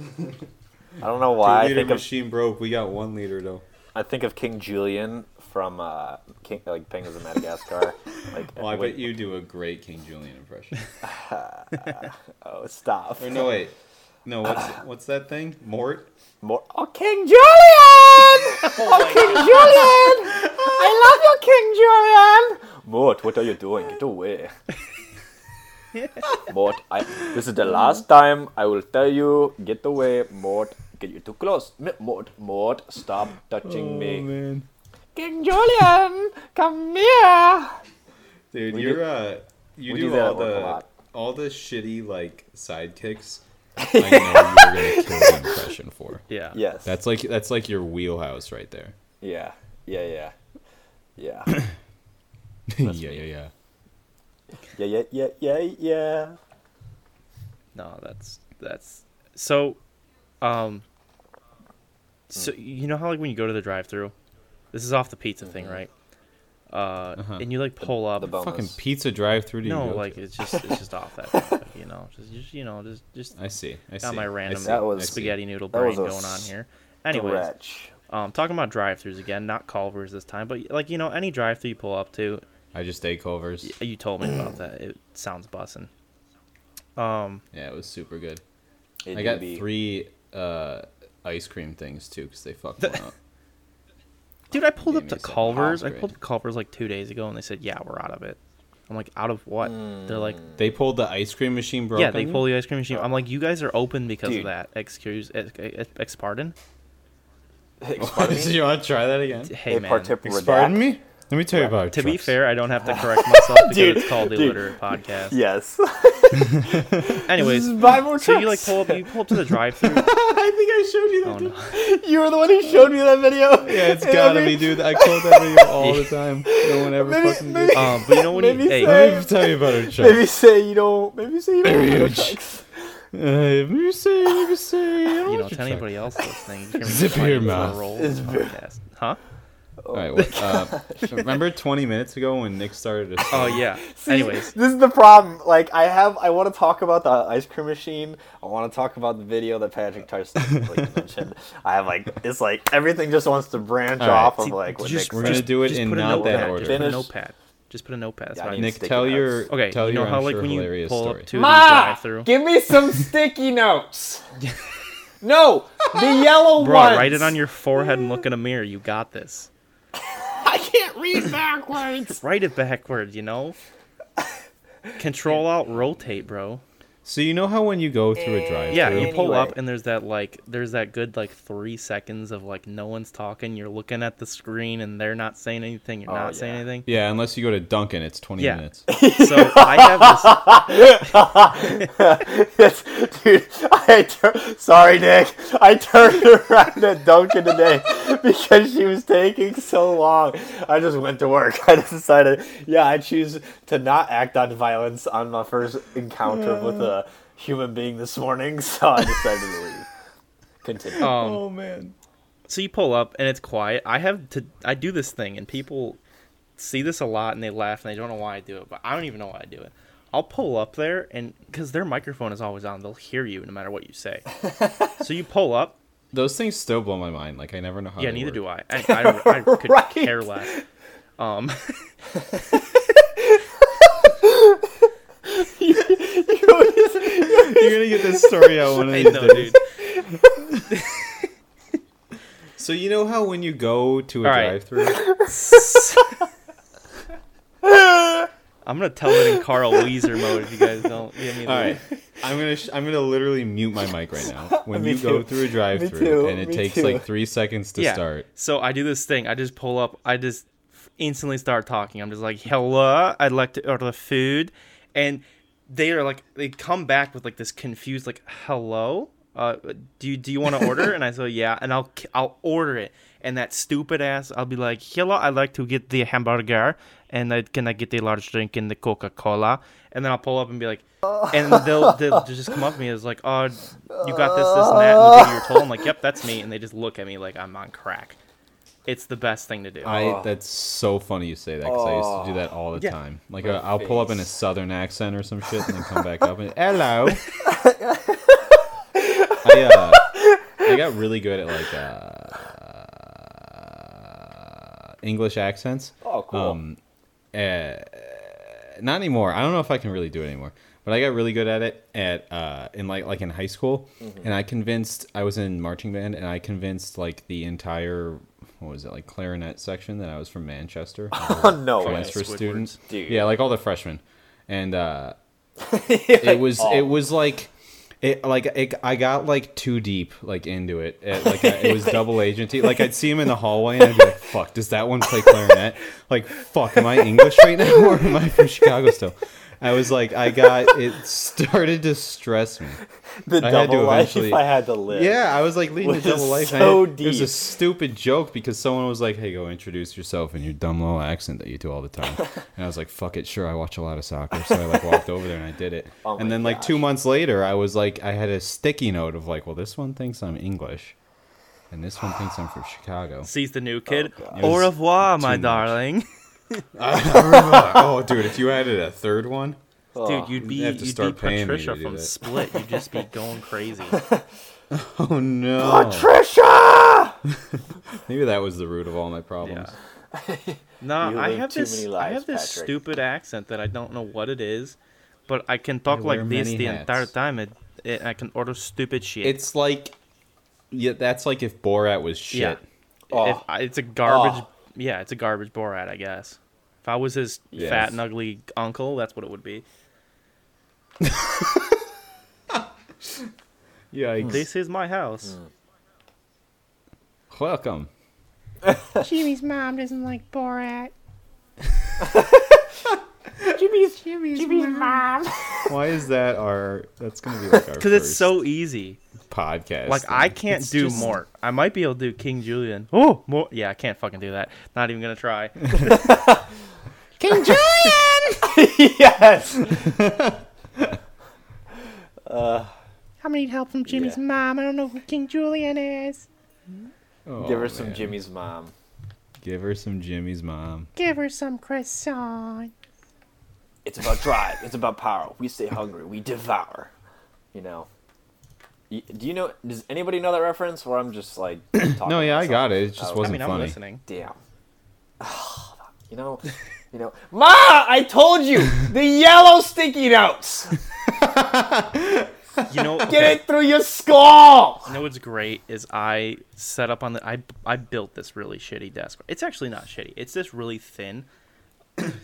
S3: don't know
S1: Two
S3: why. I
S1: liter
S3: think of
S1: machine broke. We got one liter though.
S3: I think of King Julian from uh, King, like Penguins of Madagascar. like,
S1: Well, Oh, I
S3: wait-
S1: bet you do a great King Julian impression.
S3: Oh, stop.
S1: or no, wait, no. What's what's that thing? Mort.
S3: More. Oh, King Julian! Oh, King Julian! I love you, King Julian! Mort, what are you doing? Get away. Mort, I, this is the last time I will tell you, get away, Mort. Get you too close. M- Mort, Mort, stop touching me.
S1: Oh, man,
S3: King Julian, come here!
S1: dude,
S3: We
S1: you're
S3: do-
S1: uh, you
S3: we
S1: do,
S3: do that
S1: all
S3: at work a
S1: the
S3: lot.
S1: all the shitty like sidekicks. I know you're gonna kill the impression for.
S2: Yeah.
S3: Yes.
S1: That's like that's like your wheelhouse right there.
S3: Yeah, yeah, yeah. Yeah.
S1: yeah, yeah, yeah.
S3: yeah, yeah, yeah, yeah, yeah.
S2: No, that's that's so. Um. So
S3: Hmm.
S2: you know how like when you go to the drive-through, this is off the pizza thing, right? Uh, and you like pull up.
S3: Mm-hmm. Uh-huh. The boneless.
S1: Fucking pizza drive-through. do you
S2: no,
S1: go
S2: like
S1: to?
S2: it's just it's just off that, topic, you know, just, just you know, just just
S1: I see. I see.
S2: got my random
S3: That was-
S2: spaghetti noodle
S3: that
S2: brain
S3: was a
S2: going on here. Anyways,
S3: Wretch.
S2: um, talking about drive-throughs again, not Culver's this time, but like you know, any drive-through you pull up to,
S1: I just ate Culver's.
S2: y- you told me about that. It sounds bussin'.
S1: Yeah, it was super good.
S3: It
S1: I
S3: do
S1: got
S3: be-
S1: three uh, ice cream things too because they fucked one up.
S2: Dude, I pulled
S1: Give
S2: up
S1: me
S2: to
S1: a second.
S2: Culver's. I
S1: Hop's
S2: pulled
S1: great.
S2: up to Culver's like two days ago, and they said, "Yeah, we're out of it." I'm like, "Out of what?" They're like,
S3: Hmm.
S1: They pulled the ice cream machine broke.
S2: "Yeah, they
S1: on you?
S2: pulled the ice cream machine." I'm like, "You guys are open because of
S3: Dude.
S2: that." Excuse, ex, ex, ex pardon.
S1: Do you want to try that again?
S2: Hey
S3: Hey,
S2: man.
S3: partip-
S1: Ex-
S3: Redact.
S1: Pardon me. Let me tell you about.
S2: to be
S1: trucks.
S2: fair, I don't have to correct myself because
S3: Dude,
S2: it's called the
S3: dude.
S2: Illiterate Podcast.
S3: Yes.
S2: Anyways,
S3: Buy more
S2: so you like
S3: trucks.
S2: pull up, you pull up to the drive-through.
S1: I think I showed you that.
S2: oh, no.
S3: You were the one who showed me that video.
S1: Yeah, it's
S3: And
S1: gotta
S3: every-
S1: be, dude. I quote that video all the time. No one ever
S3: Maybe-
S1: fucking.
S3: maybe-
S1: did.
S2: Um, but you know when
S3: Made
S2: you
S3: me
S2: hey,
S3: sad.
S1: Let me tell you about our trucks.
S3: Maybe say you don't. Maybe say you don't.
S1: Very
S3: have no
S1: huge.
S3: trucks.
S1: Uh, let me see, let me see. I don't want
S2: you don't
S1: your
S2: tell
S1: truck.
S2: anybody else this thing. You can
S1: Zip
S2: find
S1: your
S2: it for a
S1: mouth.
S2: roll in the podcast. Huh?
S1: All right, well, uh, remember 20 minutes ago when Nick started to
S2: Oh yeah. Anyways,
S3: this is the problem. Like I have, I want to talk about the ice cream machine. I want to talk about the video that Patrick touched like, mentioned. I have like it's like everything just wants to branch
S1: All right.
S3: off of
S2: See,
S3: like what
S2: just-
S1: We're
S3: Nick
S1: gonna
S3: said.
S1: do it
S2: just
S1: in
S2: put a
S1: not
S2: notepad.
S1: that
S2: Just put
S1: order.
S2: a
S3: Finish.
S2: notepad. Just put a notepad. That's
S3: Yeah, I
S2: what I
S3: need
S2: need.
S1: Nick,
S3: Sticky
S1: tell
S3: notes.
S1: your
S2: Okay,
S1: tell
S2: you know
S1: your
S2: how
S1: I'm
S2: like
S1: sure
S2: when you
S1: hilarious
S2: pull
S1: story.
S2: up to the
S4: Ma,
S2: drive-through.
S4: give me some sticky notes.
S3: No, the yellow
S2: Bro,
S3: ones.
S2: write it on your forehead and look in a mirror. You got this.
S4: I can't read backwards.
S2: Write it backwards, you know? Control out rotate, bro.
S1: So you know how when you go through a drive,
S2: Yeah, you pull up
S3: Anyway.
S2: and there's that like there's that good like three seconds of like no one's talking, you're looking at the screen and they're not saying anything, you're
S3: Oh,
S2: not saying
S3: yeah.
S2: anything.
S1: yeah, unless you go to Dunkin', it's 20
S2: Yeah.
S1: minutes. Um,
S2: So I have this
S3: yes, dude. I tur- sorry, Nick. I turned around at Duncan today because she was taking so long. I just went to work. I decided, yeah, I choose to not act on violence on my first encounter with a human being this morning, so I decided to leave. Continue.
S2: um
S1: Oh, man,
S2: so you pull up and it's quiet. I have to I do this thing and people see this a lot and they laugh and they don't know why I do it, but I don't even know why I do it. I'll pull up there and cuz their microphone is always on, they'll hear you no matter what you say. so you pull up.
S1: those things still blow my mind. Like I never know how.
S2: Yeah,
S1: they
S2: neither
S1: work.
S2: do I. I, I, I could
S3: Right.
S2: care less. Um
S3: you
S1: You're gonna get this story out one of
S2: I
S1: these
S2: know,
S1: days.
S2: dude.
S1: So you know how when you go to a
S2: All right.
S1: drive-through,
S2: I'm gonna tell it in Carl Weezer mode if you guys don't give me the
S1: All right, I'm gonna sh- I'm gonna literally mute my mic right now. When you go
S3: too.
S1: through a
S3: too,
S1: drive-through and it
S3: me
S1: takes
S3: too.
S1: like three seconds to start.
S2: So I do this thing. I just pull up. I just instantly start talking. I'm just like, "Hello, I'd like to order food," and they are like, they come back with like this confused, like, "Hello, uh, do you do you want to order?" and I say, "Yeah," and I'll I'll order it. And that stupid ass, I'll be like, "Hello, I'd like to get the hamburger, and I, can I get the large drink and the Coca Cola?" And then I'll pull up and be like, and they'll, they'll just come up to me as like, "Oh, you got this, this, and that." And the video you're told, I'm like, "Yep, that's me," and they just look at me like I'm on crack. It's the best thing to do.
S3: Oh.
S1: I that's so funny you say that because I used to do that all the
S2: Yeah.
S1: time. Like i I'll pull up in a southern accent or some shit and then come back up and hello. I uh, I got really good at like uh, English accents.
S3: Oh, cool.
S1: Um, uh, not anymore. I don't know if I can really do it anymore. But I got really good at it at uh, in like like in high school, and I convinced I was in marching band, and I convinced like the entire what was it like clarinet section that I was from Manchester, I was
S3: oh, no
S1: a
S3: way.
S1: transfer student.
S3: Dude.
S1: Yeah, like all the freshmen, and uh, it was it was like it like it, I got like too deep like into it. It, like I, it was double agency. Like I'd see him in the hallway and I'd be like, "Fuck, does that one play clarinet? Like, fuck, am I English right now or am I from Chicago still?" I was like, I got it started to stress me.
S3: The
S1: I had
S3: double
S1: to
S3: life
S1: eventually-
S3: I had to live.
S1: Yeah, I was like leading a
S3: Was
S1: double life. and
S3: so
S1: I, It was a
S3: deep.
S1: stupid joke because someone was like, "Hey, go introduce yourself in your dumb little accent that you do all the time." and I was like, "Fuck it, sure, I watch a lot of soccer." So I like walked over there and I did it.
S3: Oh
S1: and
S3: my
S1: then like two months later, I was like, I had a sticky note of like, "Well, this one thinks I'm English, and this one thinks I'm from Chicago."
S2: Sees the new kid.
S3: Oh,
S1: It
S2: Au
S1: was
S2: revoir,
S1: too
S2: my
S1: much.
S2: darling.
S1: oh, dude, if you added a third one,
S3: Oh,
S2: Dude, you'd be
S1: have to
S2: you'd be
S1: start paying me to
S2: Patricia
S1: do
S2: from
S1: that.
S2: Split. You'd just be going crazy.
S1: oh no,
S3: Trisha!
S1: maybe that was the root of all my problems.
S2: No,
S3: You
S2: I
S3: live
S2: have
S3: too
S2: this
S3: many
S2: I
S3: lives,
S2: have this
S3: Patrick.
S2: stupid accent that I don't know what it is, but I can talk
S1: I wear
S2: like this
S1: many
S2: the
S1: hats.
S2: entire time. It, it, I can order stupid shit.
S1: It's like, yeah, that's like if Borat was shit.
S2: yeah. If
S3: Oh.
S2: I, it's a garbage.
S1: Oh.
S2: Yeah, it's a garbage Borat, I guess. If I was his
S1: Yes.
S2: fat and ugly uncle, that's what it would be.
S1: Yikes.
S2: This is my house.
S1: Mm, Welcome.
S5: Jimmy's mom doesn't like Borat.
S4: Jimmy's,
S5: Jimmy's,
S4: Jimmy's
S5: mom.
S4: mom.
S1: Why is that our? That's gonna be like our
S2: Because it's
S1: first
S2: so easy.
S1: podcast.
S2: Like
S1: thing.
S2: I can't
S1: It's
S2: do
S1: just-
S2: more. I might be able to do King Julian. Oh, more. Yeah, I can't fucking do that. Not even gonna try.
S5: King Julian!
S3: yes!
S5: I'm gonna need help from Jimmy's
S3: Yeah.
S5: mom. I don't know who King Julian is.
S1: Oh,
S3: Give her some
S1: man.
S3: Jimmy's mom.
S1: Give her some Jimmy's mom.
S5: Give her some croissant.
S3: It's about drive. It's about power. We stay hungry. We devour. You know. Y- Do you know? Does anybody know that reference? Or I'm just like. talking
S1: No, yeah, Oh, I
S3: myself?
S1: got it. It just
S3: Okay.
S2: I
S1: wasn't
S2: mean, I'm
S1: funny.
S2: listening.
S3: Damn. you know. You know. Ma, I told you the yellow sticky notes.
S2: You know,
S3: Get it through your skull.
S2: You know what's great is I set up on the I I built this really shitty desk. It's actually not shitty. It's just really thin.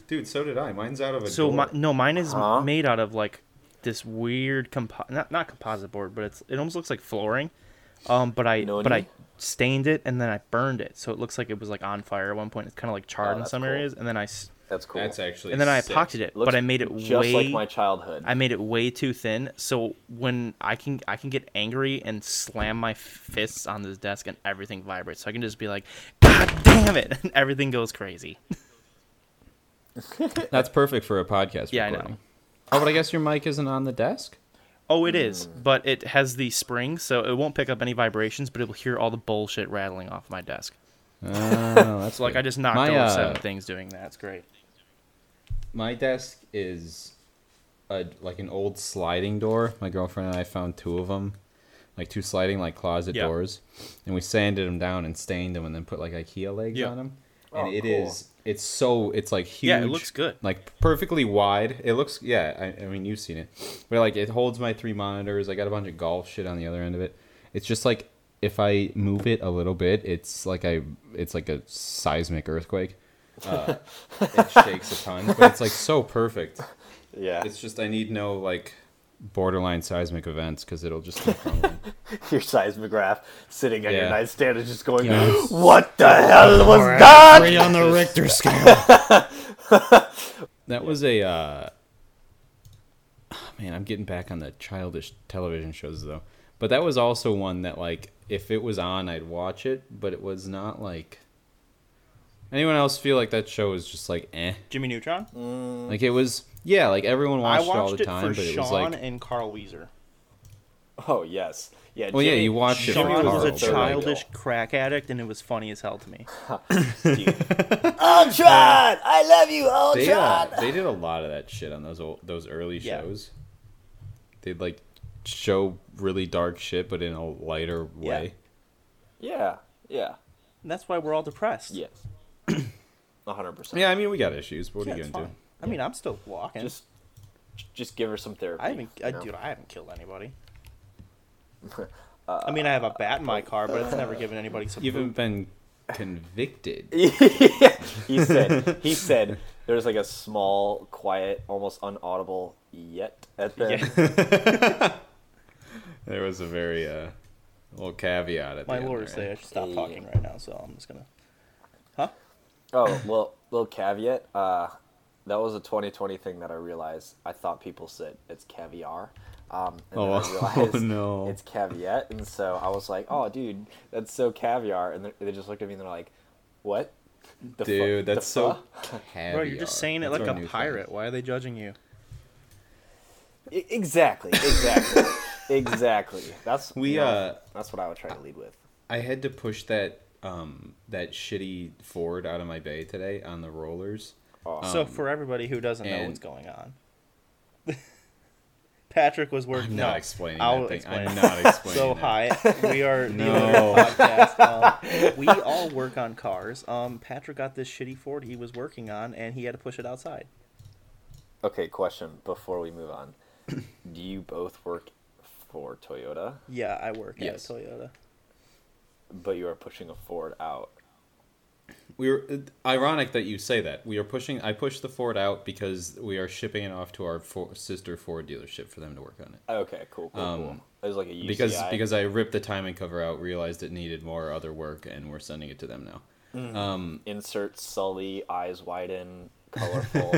S1: Dude, so did I. Mine's out of a
S2: So my, no, mine is
S3: Huh?
S2: made out of like this weird compo- not not composite board, but it's it almost looks like flooring. Um, but I
S3: Noni?
S2: but I stained it and then I burned it, so it looks like it was like on fire at one point. It's kind of like charred in
S3: Oh, that's
S2: some
S3: cool.
S2: areas, and then I s-
S3: That's cool.
S1: That's actually.
S2: and then I
S1: sick.
S2: epoxied it,
S3: Looks
S2: but I made it
S3: just
S2: way
S3: like my childhood.
S2: I made it way too thin, so when I can I can get angry and slam my fists on this desk and everything vibrates. So I can just be like, God damn it, and everything goes crazy.
S1: That's perfect for a podcast.
S2: Yeah, I know.
S1: recording. Oh, but I guess your mic isn't on the desk.
S2: Oh, it is, but it has the spring, so it won't pick up any vibrations, but it will hear all the bullshit rattling off my desk.
S1: Oh, that's
S2: So like
S1: good.
S2: I just knocked
S1: My,
S2: over
S1: uh,
S2: seven things doing that. It's great.
S1: My desk is a, like an old sliding door. My girlfriend and I found two of them, like two sliding like closet
S2: Yeah.
S1: doors, and we sanded them down and stained them and then put like IKEA legs
S2: Yeah.
S1: on them. and
S3: Oh,
S1: it is
S3: cool.
S1: it's so it's like huge.
S6: Yeah, it looks good.
S1: Like perfectly wide. It looks yeah. I, I mean, you've seen it, but like it holds my three monitors. I got a bunch of golf shit on the other end of it. It's just like if I move it a little bit, it's like I it's like a seismic earthquake. Uh, it shakes a ton, but it's like so perfect.
S3: Yeah,
S1: It's just I need no like borderline seismic events because it'll just keep crumbling.
S3: your seismograph sitting on your
S1: Yeah.
S3: nightstand and just going,
S1: Yes.
S3: "What the hell was that?"
S1: on the Richter scale. that was a. Uh, man, I'm getting back on the childish television shows though. But that was also one that like if it was on, I'd watch it. But it was not like. Anyone else feel like that show was just like eh?
S2: Jimmy Neutron.
S1: Like it was yeah, like everyone
S2: I
S1: watched, it
S2: watched
S1: all the
S2: it
S1: time,
S2: for
S1: but it was
S2: Sean
S1: like
S2: and Carl Weezer.
S3: Oh yes, yeah.
S1: Well, yeah, you watched it
S3: Jimmy
S1: for
S2: Sean was
S1: Carl,
S2: a
S1: but, like-
S2: childish crack addict, and it was funny as hell to me.
S3: Ultron, I love you,
S1: they uh,
S3: Ultron.
S1: they did a lot of that shit on those old those early
S2: Yeah.
S1: shows. They'd like show really dark shit, but in a lighter
S3: Yeah.
S1: way.
S3: Yeah, yeah,
S2: And that's why we're all depressed.
S3: yes, one hundred percent.
S1: Yeah, I mean, we got issues, but what
S2: Yeah,
S1: are you
S2: it's
S1: gonna
S2: fine. I mean, I'm still walking.
S3: Just, just give her some therapy.
S2: I haven't,
S3: you
S2: I,
S3: know?
S2: dude, I haven't killed anybody. I mean, I have a bat in my car, but it's never given anybody some
S1: do? You haven't
S2: poop.
S1: been convicted.
S3: he said he said there's like a small quiet almost unaudible yet at the end.
S1: There was a very uh, little caveat at
S2: My
S1: the end
S2: lawyers
S1: there.
S2: say I should stop talking right now, so I'm just gonna. Huh?
S3: oh well little caveat uh that was a 2020 thing that i realized i thought people said it's caviar um and
S1: Oh,
S3: then I realized
S1: oh, no.
S3: it's caveat and so i was like oh dude that's so caviar and they- they just looked at me and they're like what the fu-
S1: Dude,
S3: the
S1: that's so
S3: fu-"
S1: caviar.
S2: Bro, you're just saying it
S1: That's
S2: like
S1: our
S2: a
S1: new
S2: pirate. Why are they judging you?
S3: E- exactly exactly exactly that's
S1: We,
S3: you know,
S1: uh,
S3: that's what i would try to lead with
S1: thing. I had to push that um that shitty Ford out of my bay today on the rollers.
S3: oh,
S2: so for everybody who doesn't know
S1: Um, and-
S2: what's going on, Patrick was working.
S1: I'm not
S2: no,
S1: explaining
S2: I'll
S1: that thing.
S2: explain
S1: I'm
S2: it.
S1: not explaining.
S2: So
S1: that.
S2: hi, we are the
S1: No.
S2: Illiterate podcast. Um, we all work on cars. Um, Patrick got this shitty Ford he was working on, and he had to push it outside.
S3: okay question before we move on do you both work for toyota
S2: Yeah, I work
S1: Yes.
S2: at a Toyota.
S3: but you are pushing a ford out
S1: We were ironic that you say that. We are pushing. I pushed the Ford out because we are shipping it off to our for, sister Ford dealership for them to work on it.
S3: Okay, cool, cool, cool.
S1: Um,
S3: It was like a UCI.
S1: Because because I ripped the timing cover out, realized it needed more other work, and we're sending it to them now.
S3: insert Sully, eyes widen, colorful.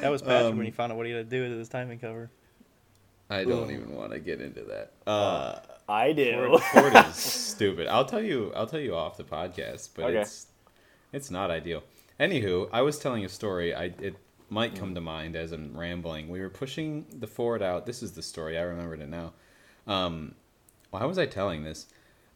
S2: That was Patrick
S1: Um,
S2: when he found out what he had to do to this timing cover.
S1: I don't even want to get into that. Uh,
S3: I do.
S1: Ford is stupid. I'll tell you. I'll tell you off the podcast, but
S3: Okay.
S1: it's it's not ideal. Anywho, I was telling a story. I it might come to mind as I'm rambling. We were pushing the Ford out. This is the story. I remembered it now. Um, why was I telling this?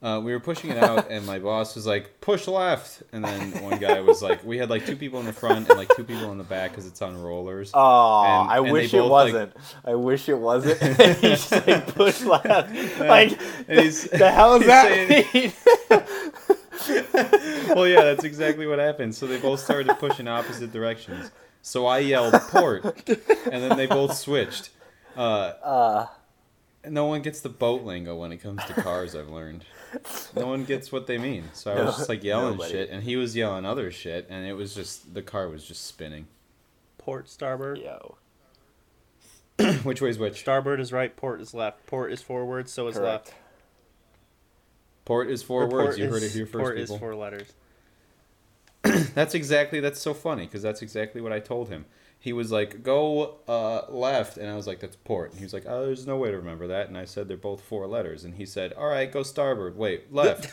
S1: Uh, we were pushing it out, and my boss was like, "Push left," and then one guy was like, "We had like two people in the front and like two people in the back because it's on rollers."
S3: Oh,
S1: And-
S3: I
S1: and they
S3: wish it
S1: both, like-
S3: wasn't. I wish it wasn't. He's just like push left. Like
S1: and he's,
S3: the hell is
S1: he's
S3: that?
S1: saying-
S3: mean?
S1: well, yeah, that's exactly what happened. So they both started to push in opposite directions. So I yelled port, and then they both switched. Uh, no one gets the boat lingo when it comes to cars. I've learned. No one gets what they mean. So I was just like yelling
S3: nobody.
S1: shit, and he was yelling other shit, and it was just the car was just spinning.
S2: Port starboard.
S3: Yo.
S1: Which way's which?
S2: Starboard is right. Port is left. Port is forward. So is
S3: Correct.
S2: left.
S1: Port is four
S2: Or port
S1: words. You heard it
S2: is-
S1: here first,
S2: Port
S1: people.
S2: is four letters.
S1: That's exactly. That's so funny because that's exactly what I told him. He was like, "Go uh, left," and I was like, "That's port." And he was like, "Oh, there's no way to remember that." And I said, "They're both four letters." And he said, "All right, go starboard. Wait, left."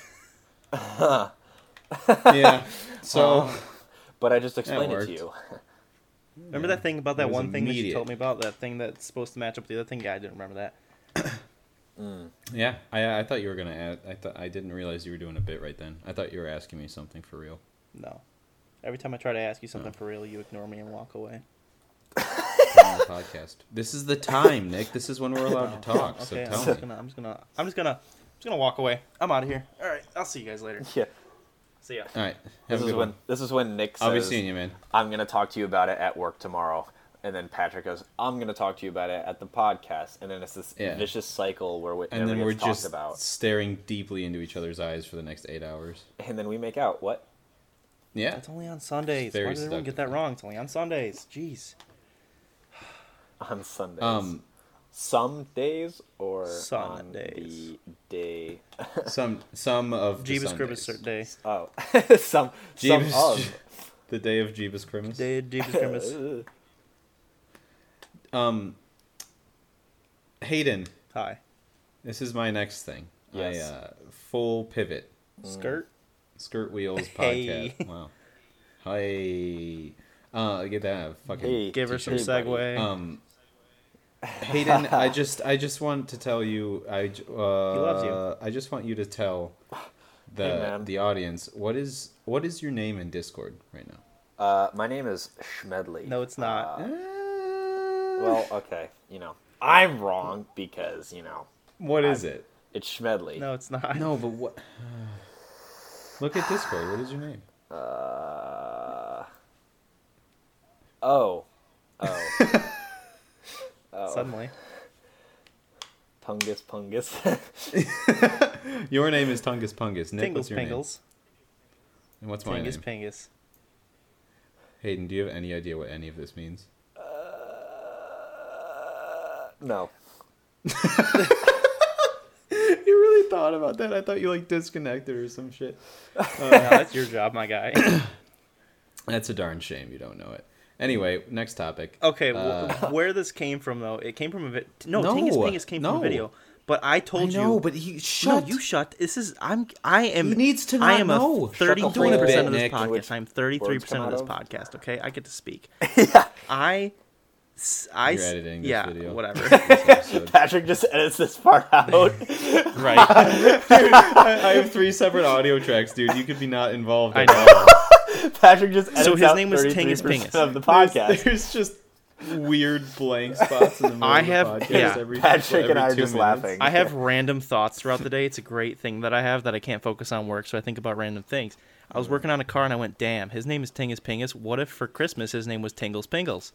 S1: yeah. So
S3: But I just explained it
S1: worked.
S3: to you.
S2: Remember that thing about
S1: It
S2: that
S1: was
S2: one thing that you
S1: immediate.
S2: told me about? That thing that's supposed to match up with the other thing? Yeah, I didn't remember that.
S1: yeah, I, I thought you were gonna. Add, I thought I didn't realize you were doing a bit right then. I thought you were asking me something for real.
S2: No. Every time I try to ask you
S1: Oh.
S2: something for real, you ignore me and walk away.
S1: on the podcast. This is the time, Nick. This is when we're allowed to talk.
S2: Okay,
S1: so
S2: I'm
S1: tell
S2: just
S1: me.
S2: gonna, I'm just gonna, I'm just gonna, I'm just gonna walk away. I'm out of here. All right. I'll see you guys later.
S3: Yeah.
S2: See ya.
S1: All right. Have
S3: This
S1: a
S3: is
S1: good
S3: when
S1: one.
S3: this is when Nick says,
S1: I'll be seeing you, man.
S3: "I'm going to talk to you about it at work tomorrow," and then Patrick goes, "I'm going to talk to you about it at the podcast," and then it's this
S1: Yeah.
S3: vicious cycle where we
S1: And then
S3: never
S1: we're
S3: gets talked
S1: just
S3: about,
S1: staring deeply into each other's eyes for the next eight hours.
S3: and then we make out. What?
S1: Yeah.
S2: That's only on Sundays.
S1: Very
S2: Why did everyone get that
S1: seductive.
S2: wrong? It's only on Sundays. Jeez.
S3: on Sundays.
S1: Um,
S3: some days or
S2: Some
S3: on
S2: days.
S3: the day.
S1: some some of the
S2: Jeebus Cribbus
S1: Sundays.
S2: cert day.
S3: Oh, some some
S1: Jeebus-
S3: of.
S1: the day of Jeebus Cribbus.
S2: Day Jeebus Cribbus.
S1: Um, Hayden,
S2: Hi.
S1: this is my next thing.
S3: Yes.
S1: I, uh, full pivot.
S2: Skirt.
S1: Skirt Wheels
S2: Hey.
S1: podcast. Wow. Hey. Uh, get that fucking.
S3: Hey,
S2: Give her some
S3: hey, buddy.
S2: segue.
S1: Um, Hayden, I just I just want to tell you I j- uh,
S2: loves you.
S1: I just want you to tell the
S3: Hey, man.
S1: the audience what is what is your name in Discord right now.
S3: Uh, my name is Schmedley.
S2: No, it's not.
S3: Uh,
S1: Uh,
S3: well, okay, you know I'm wrong because you know
S1: what is it?
S3: it's Schmedley.
S2: no, it's not.
S1: No, but what? Look at Discord. What is your name?
S3: Uh, oh, oh,
S2: Suddenly.
S3: pungus, pungus.
S1: Your name is Tungus Pungus. Nick,
S2: Tingles
S1: what's your
S2: pingles.
S1: name? And what's my
S2: Tingus
S1: name?
S2: pingus.
S1: Hayden, do you have any idea what any of this means?
S3: no,
S1: you really thought about that? I thought you like disconnected or some shit.
S2: No, that's your job, my guy.
S1: That's a darn shame you don't know it. Anyway, next topic.
S2: Okay, wh-
S1: Uh,
S2: where this came from though? It came from a vi- t- no,
S1: No,
S2: Tingus Pingus came from
S1: no.
S2: a video. But I
S1: I
S2: told
S1: know,
S2: you.
S1: but he shut.
S2: no, you shut. This is I'm. I am.
S1: He needs to
S2: I
S1: not
S2: am
S1: know.
S2: a
S1: Shut
S3: the
S2: thirty-three
S3: fuck up.
S2: percent of this
S1: Nick.
S2: podcast. I'm thirty-three percent of
S3: Words
S2: this
S3: come out
S2: podcast. Okay, I get to speak. I. s- I.
S1: You're
S2: s-
S1: editing this
S2: yeah,
S1: video.
S2: whatever.
S1: This episode.
S3: Patrick just edits this part out.
S2: right.
S1: I I have three separate audio tracks, dude. You could be not involved.
S2: I
S1: at all.
S2: know.
S3: Patrick just edits
S2: his
S3: out
S2: name was Tingus
S3: 33%
S2: Pingus.
S3: of the podcast.
S1: There's just weird blank spots in the middle
S2: I
S1: of the
S2: have-
S1: podcast
S2: yeah.
S1: every,
S3: Patrick and
S1: every
S3: I are
S1: two
S3: just
S1: minutes.
S3: laughing.
S2: I have random thoughts throughout the day. It's a great thing that I have that I can't focus on work, so I think about random things. I was working on a car and I went, damn, his name is Tingus Pingus. What if for Christmas his name was Tingles Pingles?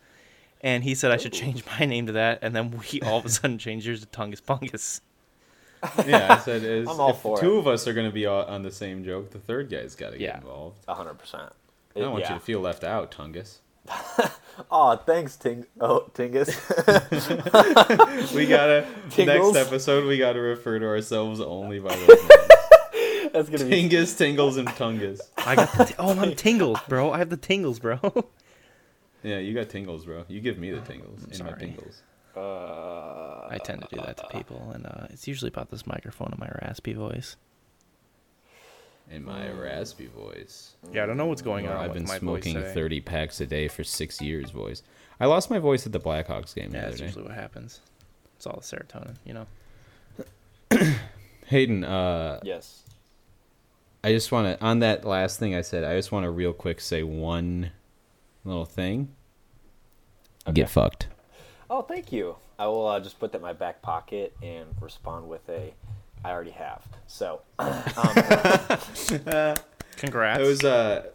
S2: And he said I should change my name to that, and then we all of a sudden changed yours to Tungus Pungus.
S1: Yeah, I said is,
S3: I'm all
S1: if
S3: for
S1: two
S3: it.
S1: of us are going to be all- on the same joke, the third guy's got to get
S2: Yeah.
S1: involved.
S3: hundred percent.
S1: I don't want
S3: yeah.
S1: you to feel left out, Tungus.
S3: Oh, thanks, Ting. Oh, Tingus.
S1: We gotta
S3: Tingles.
S1: next episode. We gotta refer to ourselves only by those names.
S3: That's gonna be.
S1: Tingus, Tingles, and Tungus.
S2: I got the t- oh, I'm tingles, bro. I have the tingles, bro.
S1: Yeah, you got tingles, bro. You give me the tingles and my
S2: sorry.
S1: tingles.
S3: Uh,
S2: I tend to do that to people, and uh, it's usually about this microphone and my raspy voice.
S1: And my
S2: Oh.
S1: raspy voice.
S2: Yeah, I don't know what's going
S1: Or I've been smoking 30 packs a day for six years, voice. I lost my voice at the Blackhawks game the
S2: Yeah,
S1: other
S2: that's
S1: day.
S2: usually what happens. It's all the serotonin, you know.
S1: Hayden, uh,
S3: Yes.
S1: I just want to, on that last thing I said, I just want to real quick say one little thing. Get fucked.
S3: Oh, thank you. I will uh, just put that in my back pocket and respond with a. I already have. So, um,
S2: Congrats.
S1: It was uh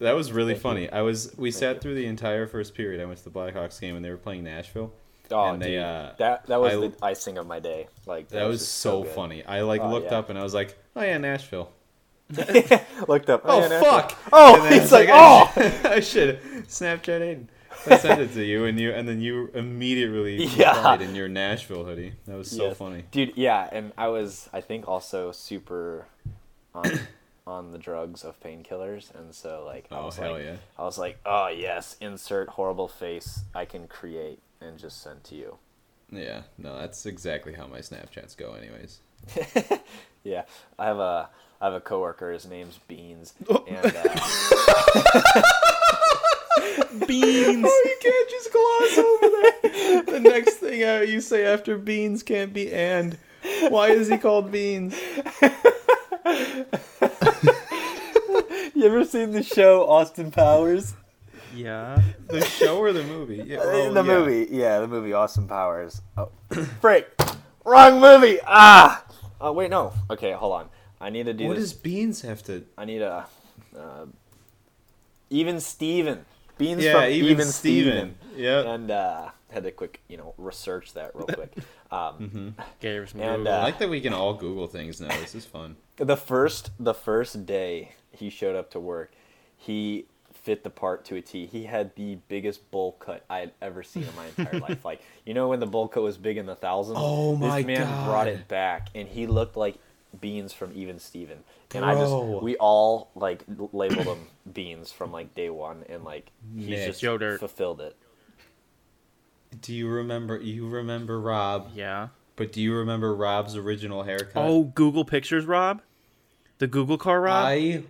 S1: that was really
S3: Thank
S1: funny.
S3: you.
S1: I was we sat
S3: you.
S1: through the entire first period. I went to the Blackhawks game and they were playing Nashville.
S3: oh,
S1: And they,
S3: dude,
S1: uh,
S3: that that was
S1: I-
S3: the icing of my day. Like
S1: That was
S3: just
S1: so
S3: good.
S1: funny. I like
S3: Oh,
S1: looked
S3: yeah.
S1: up and I was like, "Oh yeah, Nashville."
S3: Looked up.
S1: Oh
S3: yeah, that's it.
S1: fuck!
S3: Oh,
S1: And then I
S3: he's
S1: was
S3: like, "Oh!"
S1: I should- I should Snapchat Aiden. I sent it to you, and you, and then you immediately
S3: Yeah.
S1: replied in your Nashville hoodie. That was so
S3: Yes.
S1: funny.
S3: dude. Yeah, and I was, I think, also super on, on the drugs of painkillers, and so like, I
S1: Oh,
S3: was
S1: hell
S3: like,
S1: yeah.
S3: I was like, oh yes, insert horrible face I can create and just send to you.
S1: Yeah, no, that's exactly how my Snapchats go, anyways.
S3: Yeah, I have a, I have a coworker. His name's Beans, and uh,
S2: beans.
S1: Oh, you can't just gloss over that. The next thing you say after beans can't be and. Why is he called beans?
S3: you ever seen the show Austin Powers? Uh,
S2: yeah.
S1: The show or the movie? Yeah, well,
S3: the
S1: yeah.
S3: movie, Oh, yeah, the movie Austin Powers. Oh, frick, wrong movie. Ah. Oh wait, no. Uh, Okay, hold on. I need to do
S1: What
S3: this.
S1: does beans have to?
S3: I need a uh, even Steven. Beans
S1: Yeah,
S3: from
S1: even,
S3: even
S1: Steven.
S3: Steven.
S1: Yep.
S3: And uh, had to quick, you know, research that real quick. Um,
S2: Gave some
S3: And,
S2: Google.
S1: I
S3: uh,
S1: like that we can all Google things now. This is fun.
S3: the first the first day he showed up to work, he fit the part to a T. He had the biggest bowl cut I had ever seen in my entire life. Like you know when the bowl cut was big in the thousands.
S1: Oh my
S3: This man
S1: God.
S3: brought it back, and he looked like beans from Even Steven. And I
S1: Bro.
S3: just we all like l- labeled him beans from like day one, and like he's
S1: Nick.
S3: just
S2: Yo, Dirt.
S3: fulfilled it.
S1: Do you remember? You remember Rob?
S2: yeah.
S1: But do you remember Rob's original haircut?
S2: Oh, Google Pictures, Rob. The Google car, Rob.
S1: I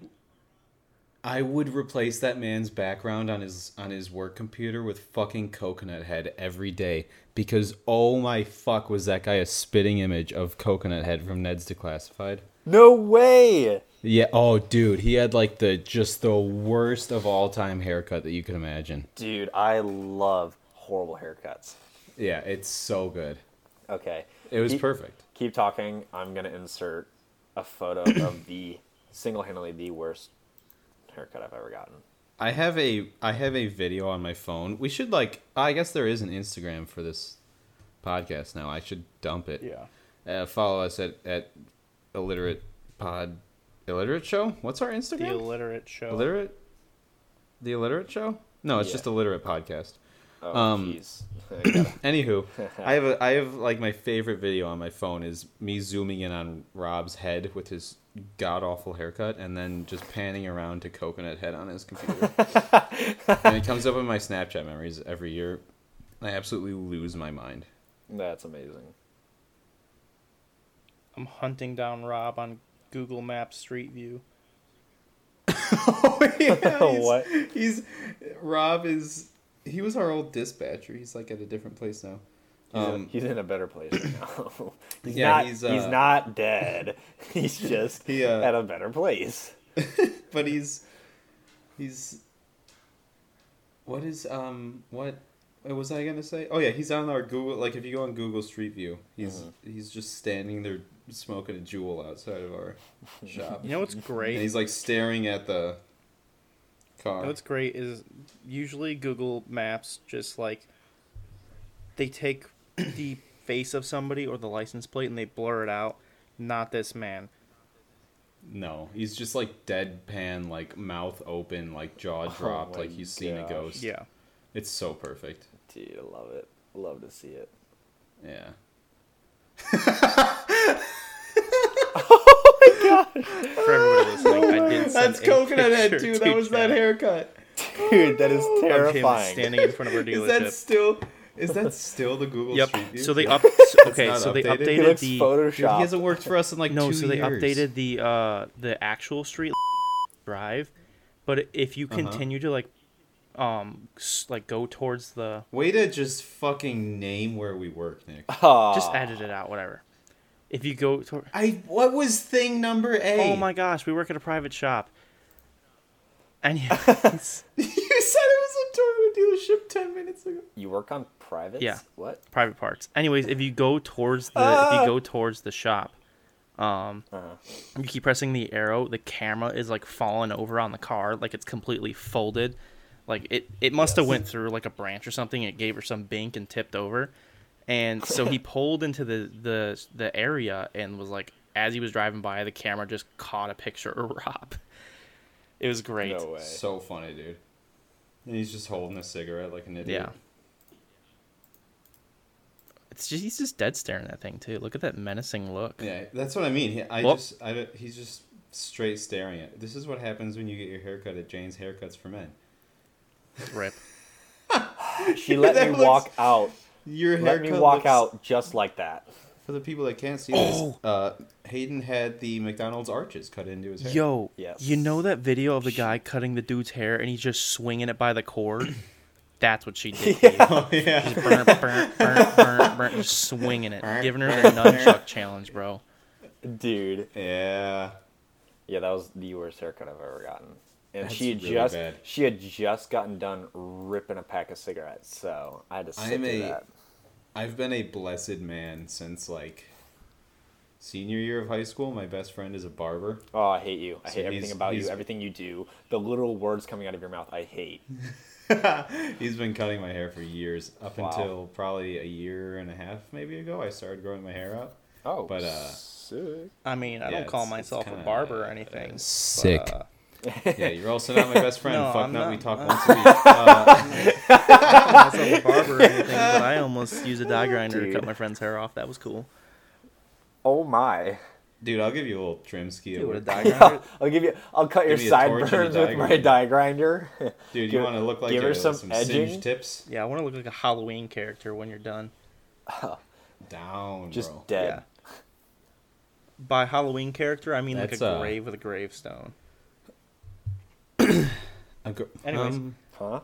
S1: I would replace that man's background on his on his work computer with fucking coconut head every day because oh my fuck was that guy a spitting image of coconut head from Ned's Declassified?
S3: No way.
S1: Yeah, oh dude, he had like the just the worst of all time haircut that you could imagine.
S3: Dude, I love horrible haircuts.
S1: Yeah, it's so good.
S3: Okay.
S1: It was
S3: He-
S1: perfect.
S3: keep talking. I'm gonna insert a photo of the single-handedly the worst haircut I've ever gotten.
S1: I have a I have a video on my phone. We should like I guess there is an Instagram for this podcast now. I should dump it. Uh, follow us at at illiterate pod illiterate show. What's our
S5: The
S1: Instagram?
S5: illiterate show.
S1: illiterate. The illiterate show? No, it's
S3: Yeah.
S1: just illiterate podcast.
S3: Oh,
S1: Um,
S3: jeez. I gotta-
S1: Anywho, I have a I have like my favorite video on my phone is me zooming in on Rob's head with his god awful haircut and then just panning around to coconut head on his computer. and it comes up in my Snapchat memories every year. I absolutely lose my mind.
S3: That's amazing.
S2: I'm hunting down Rob on Google Maps Street View.
S1: Oh yeah, he's,
S3: What?
S1: He's Rob is he was our old dispatcher. He's like at a different place now.
S3: He's, in-
S1: Um,
S3: he's in a better place now. he's
S1: Yeah,
S3: not.
S1: he's,
S3: He's,
S1: uh,
S3: not dead. he's just
S1: He, uh,
S3: at a better place.
S1: But he's he's what is um what what was I gonna say? Oh yeah, he's on our Google. Like if you go on Google Street View, he's
S2: Uh-huh.
S1: he's just standing there smoking a jewel outside of our shop,
S2: You know what's
S1: and
S2: great?
S1: he's like staring at the car.
S2: You know what's great is usually Google Maps just like they take the face of somebody or the license plate and they blur it out. Not this man.
S1: No, he's just like deadpan, like mouth open, like jaw dropped,
S3: my
S1: like he's seen a
S3: gosh.
S1: ghost.
S2: Oh Yeah.
S1: It's so perfect.
S3: Dude, I love it. Love to see it.
S1: Yeah.
S2: For everybody listening, I did send
S1: That's
S2: a
S1: coconut head
S2: picture
S1: too.
S2: to
S1: That was that
S2: Chad
S1: haircut.
S3: Dude, that is
S2: Of him
S3: terrifying.
S2: standing in front of our
S1: Is
S2: dealership.
S1: that still is that still the Google
S2: yep.
S1: Street View?
S2: So they
S1: Dude,
S2: up. so- Okay.
S1: not
S2: So they
S1: updated. He
S3: he
S2: updated
S3: looks
S2: the.
S1: he
S3: photoshopped.
S1: hasn't worked for us in like
S2: No,
S1: two
S2: so they
S1: years.
S2: updated the uh the actual street drive, but if
S1: Uh-huh.
S2: you continue to like um s- like go towards the
S1: Way to just fucking name where we work, Nick.
S3: Aw.
S1: Ah.
S2: just edit it out whatever. If you go toward
S1: I what was thing number A?
S2: Oh my gosh, we work at a private shop. And yes,
S1: You said it was a Toyota dealership ten minutes ago.
S3: You work on privates.
S2: Yeah.
S3: What?
S2: private parts. Anyways, if you go towards the if you go towards the shop,
S3: Ah.
S2: um,
S3: Uh-huh.
S2: you keep pressing the arrow, the camera is like falling over on the car, like it's completely folded. Like it, it must have went through like a branch or something. It gave her some bink and tipped over, and so he pulled into the the the area and was like, as he was driving by, the camera just caught a picture of Rob. It was great.
S3: No way.
S1: So funny, dude. And he's just holding a cigarette like an idiot.
S2: yeah. It's just he's just dead staring at that thing too. Look at that menacing look.
S1: Yeah, that's what I mean. He, I
S2: Well-
S1: just, I, don't- he's just straight staring at. This is what happens when you get your haircut at Jane's Haircuts for Men.
S2: Rip.
S3: She let
S1: That
S3: me
S1: looks-
S3: walk out.
S1: Your
S3: Let me
S1: haircut
S3: walk
S1: looks-
S3: out just like that.
S1: For the people that can't see this,
S2: Oh.
S1: uh, Hayden had the McDonald's arches cut into his hair.
S2: Yo,
S3: Yes.
S2: you know that video of the guy cutting the dude's hair and he's just swinging it by the cord? That's what she did. to you.
S1: Oh, yeah.
S2: Burn, burn, burn, burn, burn, just swinging it, giving her the nunchuck challenge, bro.
S3: Dude.
S1: Yeah.
S3: Yeah, that was the worst haircut I've ever gotten. And
S1: That's
S3: she had
S1: really
S3: just
S1: bad.
S3: she had just gotten done ripping a pack of cigarettes, so I had to sit
S1: I'm
S3: through
S1: a-
S3: that.
S1: I've been a blessed man since like senior year of high school, my best friend is a barber.
S3: Oh, I hate you. I hate everything
S1: he's-
S3: about you,
S1: he's-
S3: everything you do, the literal words coming out of your mouth. I hate.
S1: He's been cutting my hair for years, up
S3: Wow.
S1: until probably a year and a half maybe ago. I started growing my hair out.
S3: Oh,
S1: But, uh,
S3: sick.
S2: I mean, I
S1: Yeah,
S2: don't call
S1: it's- it's
S2: myself
S1: kinda,
S2: a barber
S1: uh,
S2: or anything. but,
S1: sick.
S2: uh,
S1: Yeah, you're also not my best friend.
S2: No,
S1: Fuck,
S2: I'm
S1: not.
S2: not-
S1: We talk
S2: I'm-
S1: once a week. Uh,
S2: I myself a barber or anything, but I almost used a
S1: Oh,
S2: die grinder to
S3: Dude.
S2: cut my friend's hair off. That was cool.
S3: Oh my.
S1: dude, I'll give you a little trim ski.
S2: Dude,
S1: at
S2: with a
S1: work.
S2: die
S3: I'll,
S2: grinder.
S3: I'll give you. I'll cut your
S1: Give me a torch and a
S3: sideburns with
S1: die
S3: my
S1: grinder.
S3: die grinder.
S1: Dude, you
S3: give-
S1: want to look like
S3: give her
S1: a-
S3: some
S1: some
S3: edging?
S1: singed tips
S2: Yeah, I want to look like a Halloween character when you're done.
S1: down,
S3: Just
S1: bro.
S3: dead.
S2: By Halloween character, I mean
S1: That's,
S2: like a
S1: uh,
S2: grave with a gravestone.
S1: A gr-
S2: Anyways.
S1: um,
S3: Huh?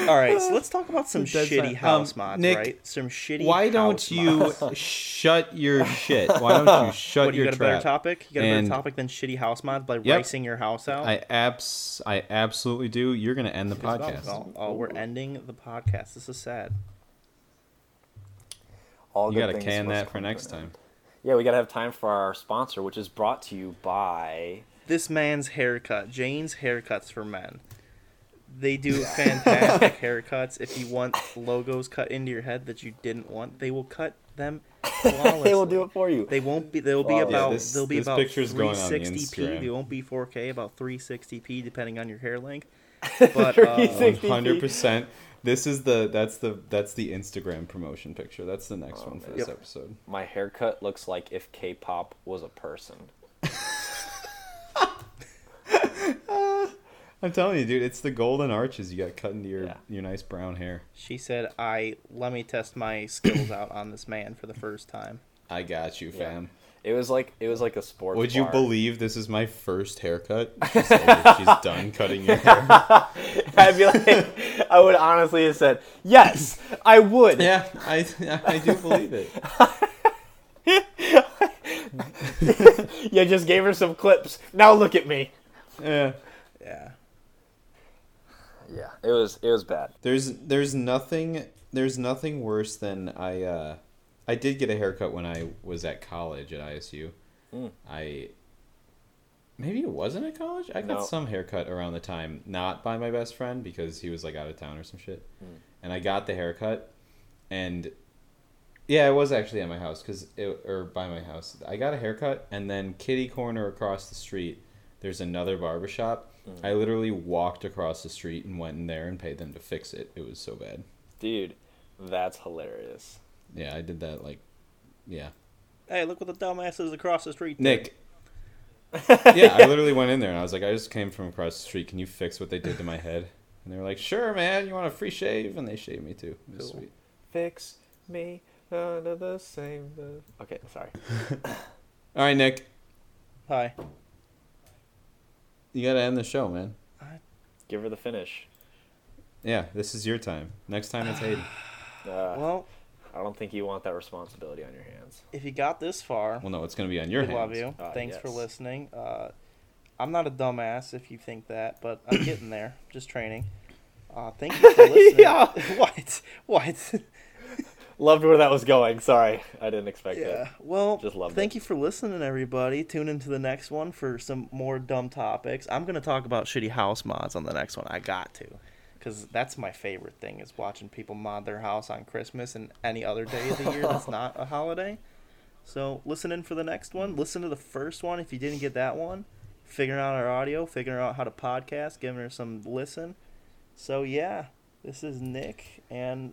S2: All right, so let's talk about some
S1: That's
S2: shitty
S1: fine.
S2: house
S1: Um,
S2: mods,
S1: Nick,
S2: right? Some shitty.
S1: why
S2: house
S1: don't you
S2: mods.
S1: shut your shit? Why don't you shut
S2: What, you
S1: your
S2: got a better
S1: trap?
S2: topic? You got a
S1: And-
S2: better topic than shitty house mods by
S1: Yep.
S2: ricing your house out?
S1: I abs I absolutely do. You're gonna end the podcast.
S2: Oh, oh, we're ending the podcast. This is sad.
S3: All
S1: You
S3: good
S1: gotta
S3: things
S1: can
S3: must
S1: that for
S3: come to
S1: next
S3: an end.
S1: time.
S3: Yeah, we gotta have time for our sponsor, which is brought to you by.
S2: This man's haircut, Jane's haircuts for men. They do fantastic haircuts. If you want logos cut into your head that you didn't want, they will cut them.
S3: they will do it for you.
S2: They won't be. They'll be
S3: Yeah,
S2: about.
S1: this-
S2: they'll be
S1: this
S2: about
S1: picture's going on the
S2: 360p. They
S1: Instagram.
S2: won't be 4K. About 360p, depending on your hair length. But uh,
S3: 360p.
S1: Hundred percent. This is the that's the that's the Instagram promotion picture. That's the
S3: Oh,
S1: next one for this
S2: Yep.
S1: episode.
S3: My haircut looks like if K-pop was a person.
S1: I'm telling you, dude, it's the golden arches you got cut into your
S3: Yeah.
S1: your nice brown hair.
S2: she said, "I let me test my skills out on this man for the first time."
S1: I got you,
S3: Yeah.
S1: fam.
S3: It was like it was like a sports.
S1: Would you
S3: bar.
S1: believe this is my first haircut? She said that she's done cutting your hair.
S3: I'd be like, I would honestly have said yes. I would.
S1: Yeah, I I do believe it.
S3: You just gave her some clips. Now look at me.
S1: Yeah.
S2: Yeah.
S3: Yeah, it was it was bad.
S1: There's there's nothing there's nothing worse than I uh I did get a haircut when I was at college at ISU. I maybe it wasn't at college. I got
S3: No.
S1: some haircut around the time, not by my best friend because he was like out of town or some shit. And I got the haircut and yeah, it was actually at my house cuz it or by my house. I got a haircut and then kitty corner across the street there's another barbershop. I literally walked across the street and went in there and paid them to fix it. It was so bad.
S3: Dude, that's hilarious.
S1: Yeah, I did that like yeah.
S2: Hey, look what the dumbass is across the street. did.
S1: Nick. yeah, I literally went in there and I was like, I just came from across the street. Can you fix what they did to my head? And they were like, Sure, man. You want a free shave? And they shaved me too. It was
S2: Cool.
S1: sweet.
S3: Fix me none of the same. the- Okay, sorry.
S1: All right, Nick.
S2: Hi.
S1: You gotta end the show, man.
S3: Give her the finish.
S1: Yeah, this is your time. Next time it's Hayden.
S3: Uh,
S2: Well,
S3: I don't think you want that responsibility on your hands.
S2: if you got this far,
S1: Well, no, it's gonna be on your
S2: we
S1: hands.
S2: love you.
S3: Uh,
S2: Thanks for
S3: yes.
S2: listening. Uh, I'm not a dumbass if you think that, but I'm getting there. Just training. Uh, thank you for listening.
S3: Yeah.
S2: What? What?
S3: Loved where that was going. Sorry, I didn't expect
S2: yeah. Well,
S3: Just loved
S2: thank
S3: it.
S2: you for listening, everybody. Tune into the next one for some more dumb topics. I'm gonna talk about shitty house mods on the next one. I got to, because that's my favorite thing is watching people mod their house on Christmas and any other day of the year that's not a holiday. So listen in for the next one. Listen to the first one if you didn't get that one. Figuring out our audio, figuring out how to podcast, giving her some listen. So yeah, this is Nick and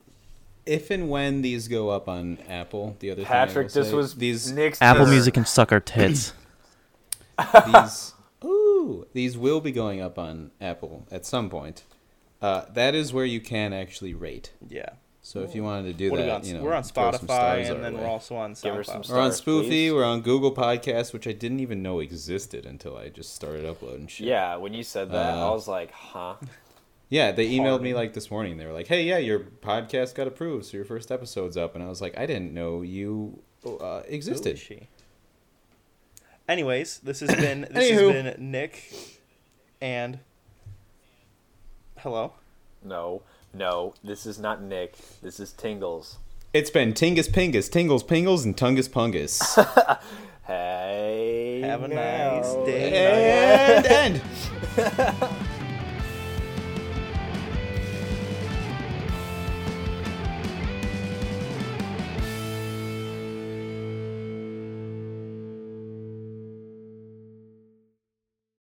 S1: If and when these go up on Apple, the other
S3: it.
S1: thing I
S3: Patrick,
S1: will
S3: this
S1: say-
S3: was
S1: these
S3: Nick's
S2: Apple
S3: turn.
S2: Music and suck our tits.
S1: these ooh these will be going up on Apple at some point. Uh, that is where you can actually rate.
S2: yeah.
S1: So if you wanted to do
S2: What are
S1: that,
S2: we
S1: you
S2: on?
S1: know,
S2: we're on
S1: throw some stars
S2: Spotify, and
S1: our
S2: then
S1: way.
S2: we're also on
S3: Give her some
S2: SoundCloud.
S1: We're on
S3: Stars,
S1: Spoofy.
S3: please.
S1: We're on Google Podcasts, which I didn't even know existed until I just started uploading shit.
S3: Yeah, when you said that, I
S1: Uh,
S3: was like, huh?
S1: yeah. They emailed me
S3: Pardon.
S1: like this morning. They were like, "Hey, yeah, your podcast got approved, so your first episode's up." And I was like, "I didn't know you uh,
S2: Who is
S1: existed."
S2: she? Anyways, this has been this
S1: Anywho.
S2: has been Nick and hello.
S3: No. No, this is not Nick. This is Tingles.
S1: It's been Tingus Pingus, Tingles Pingles, and Tungus Pungus.
S3: Hey.
S2: Have a
S3: now.
S2: nice day.
S1: and end.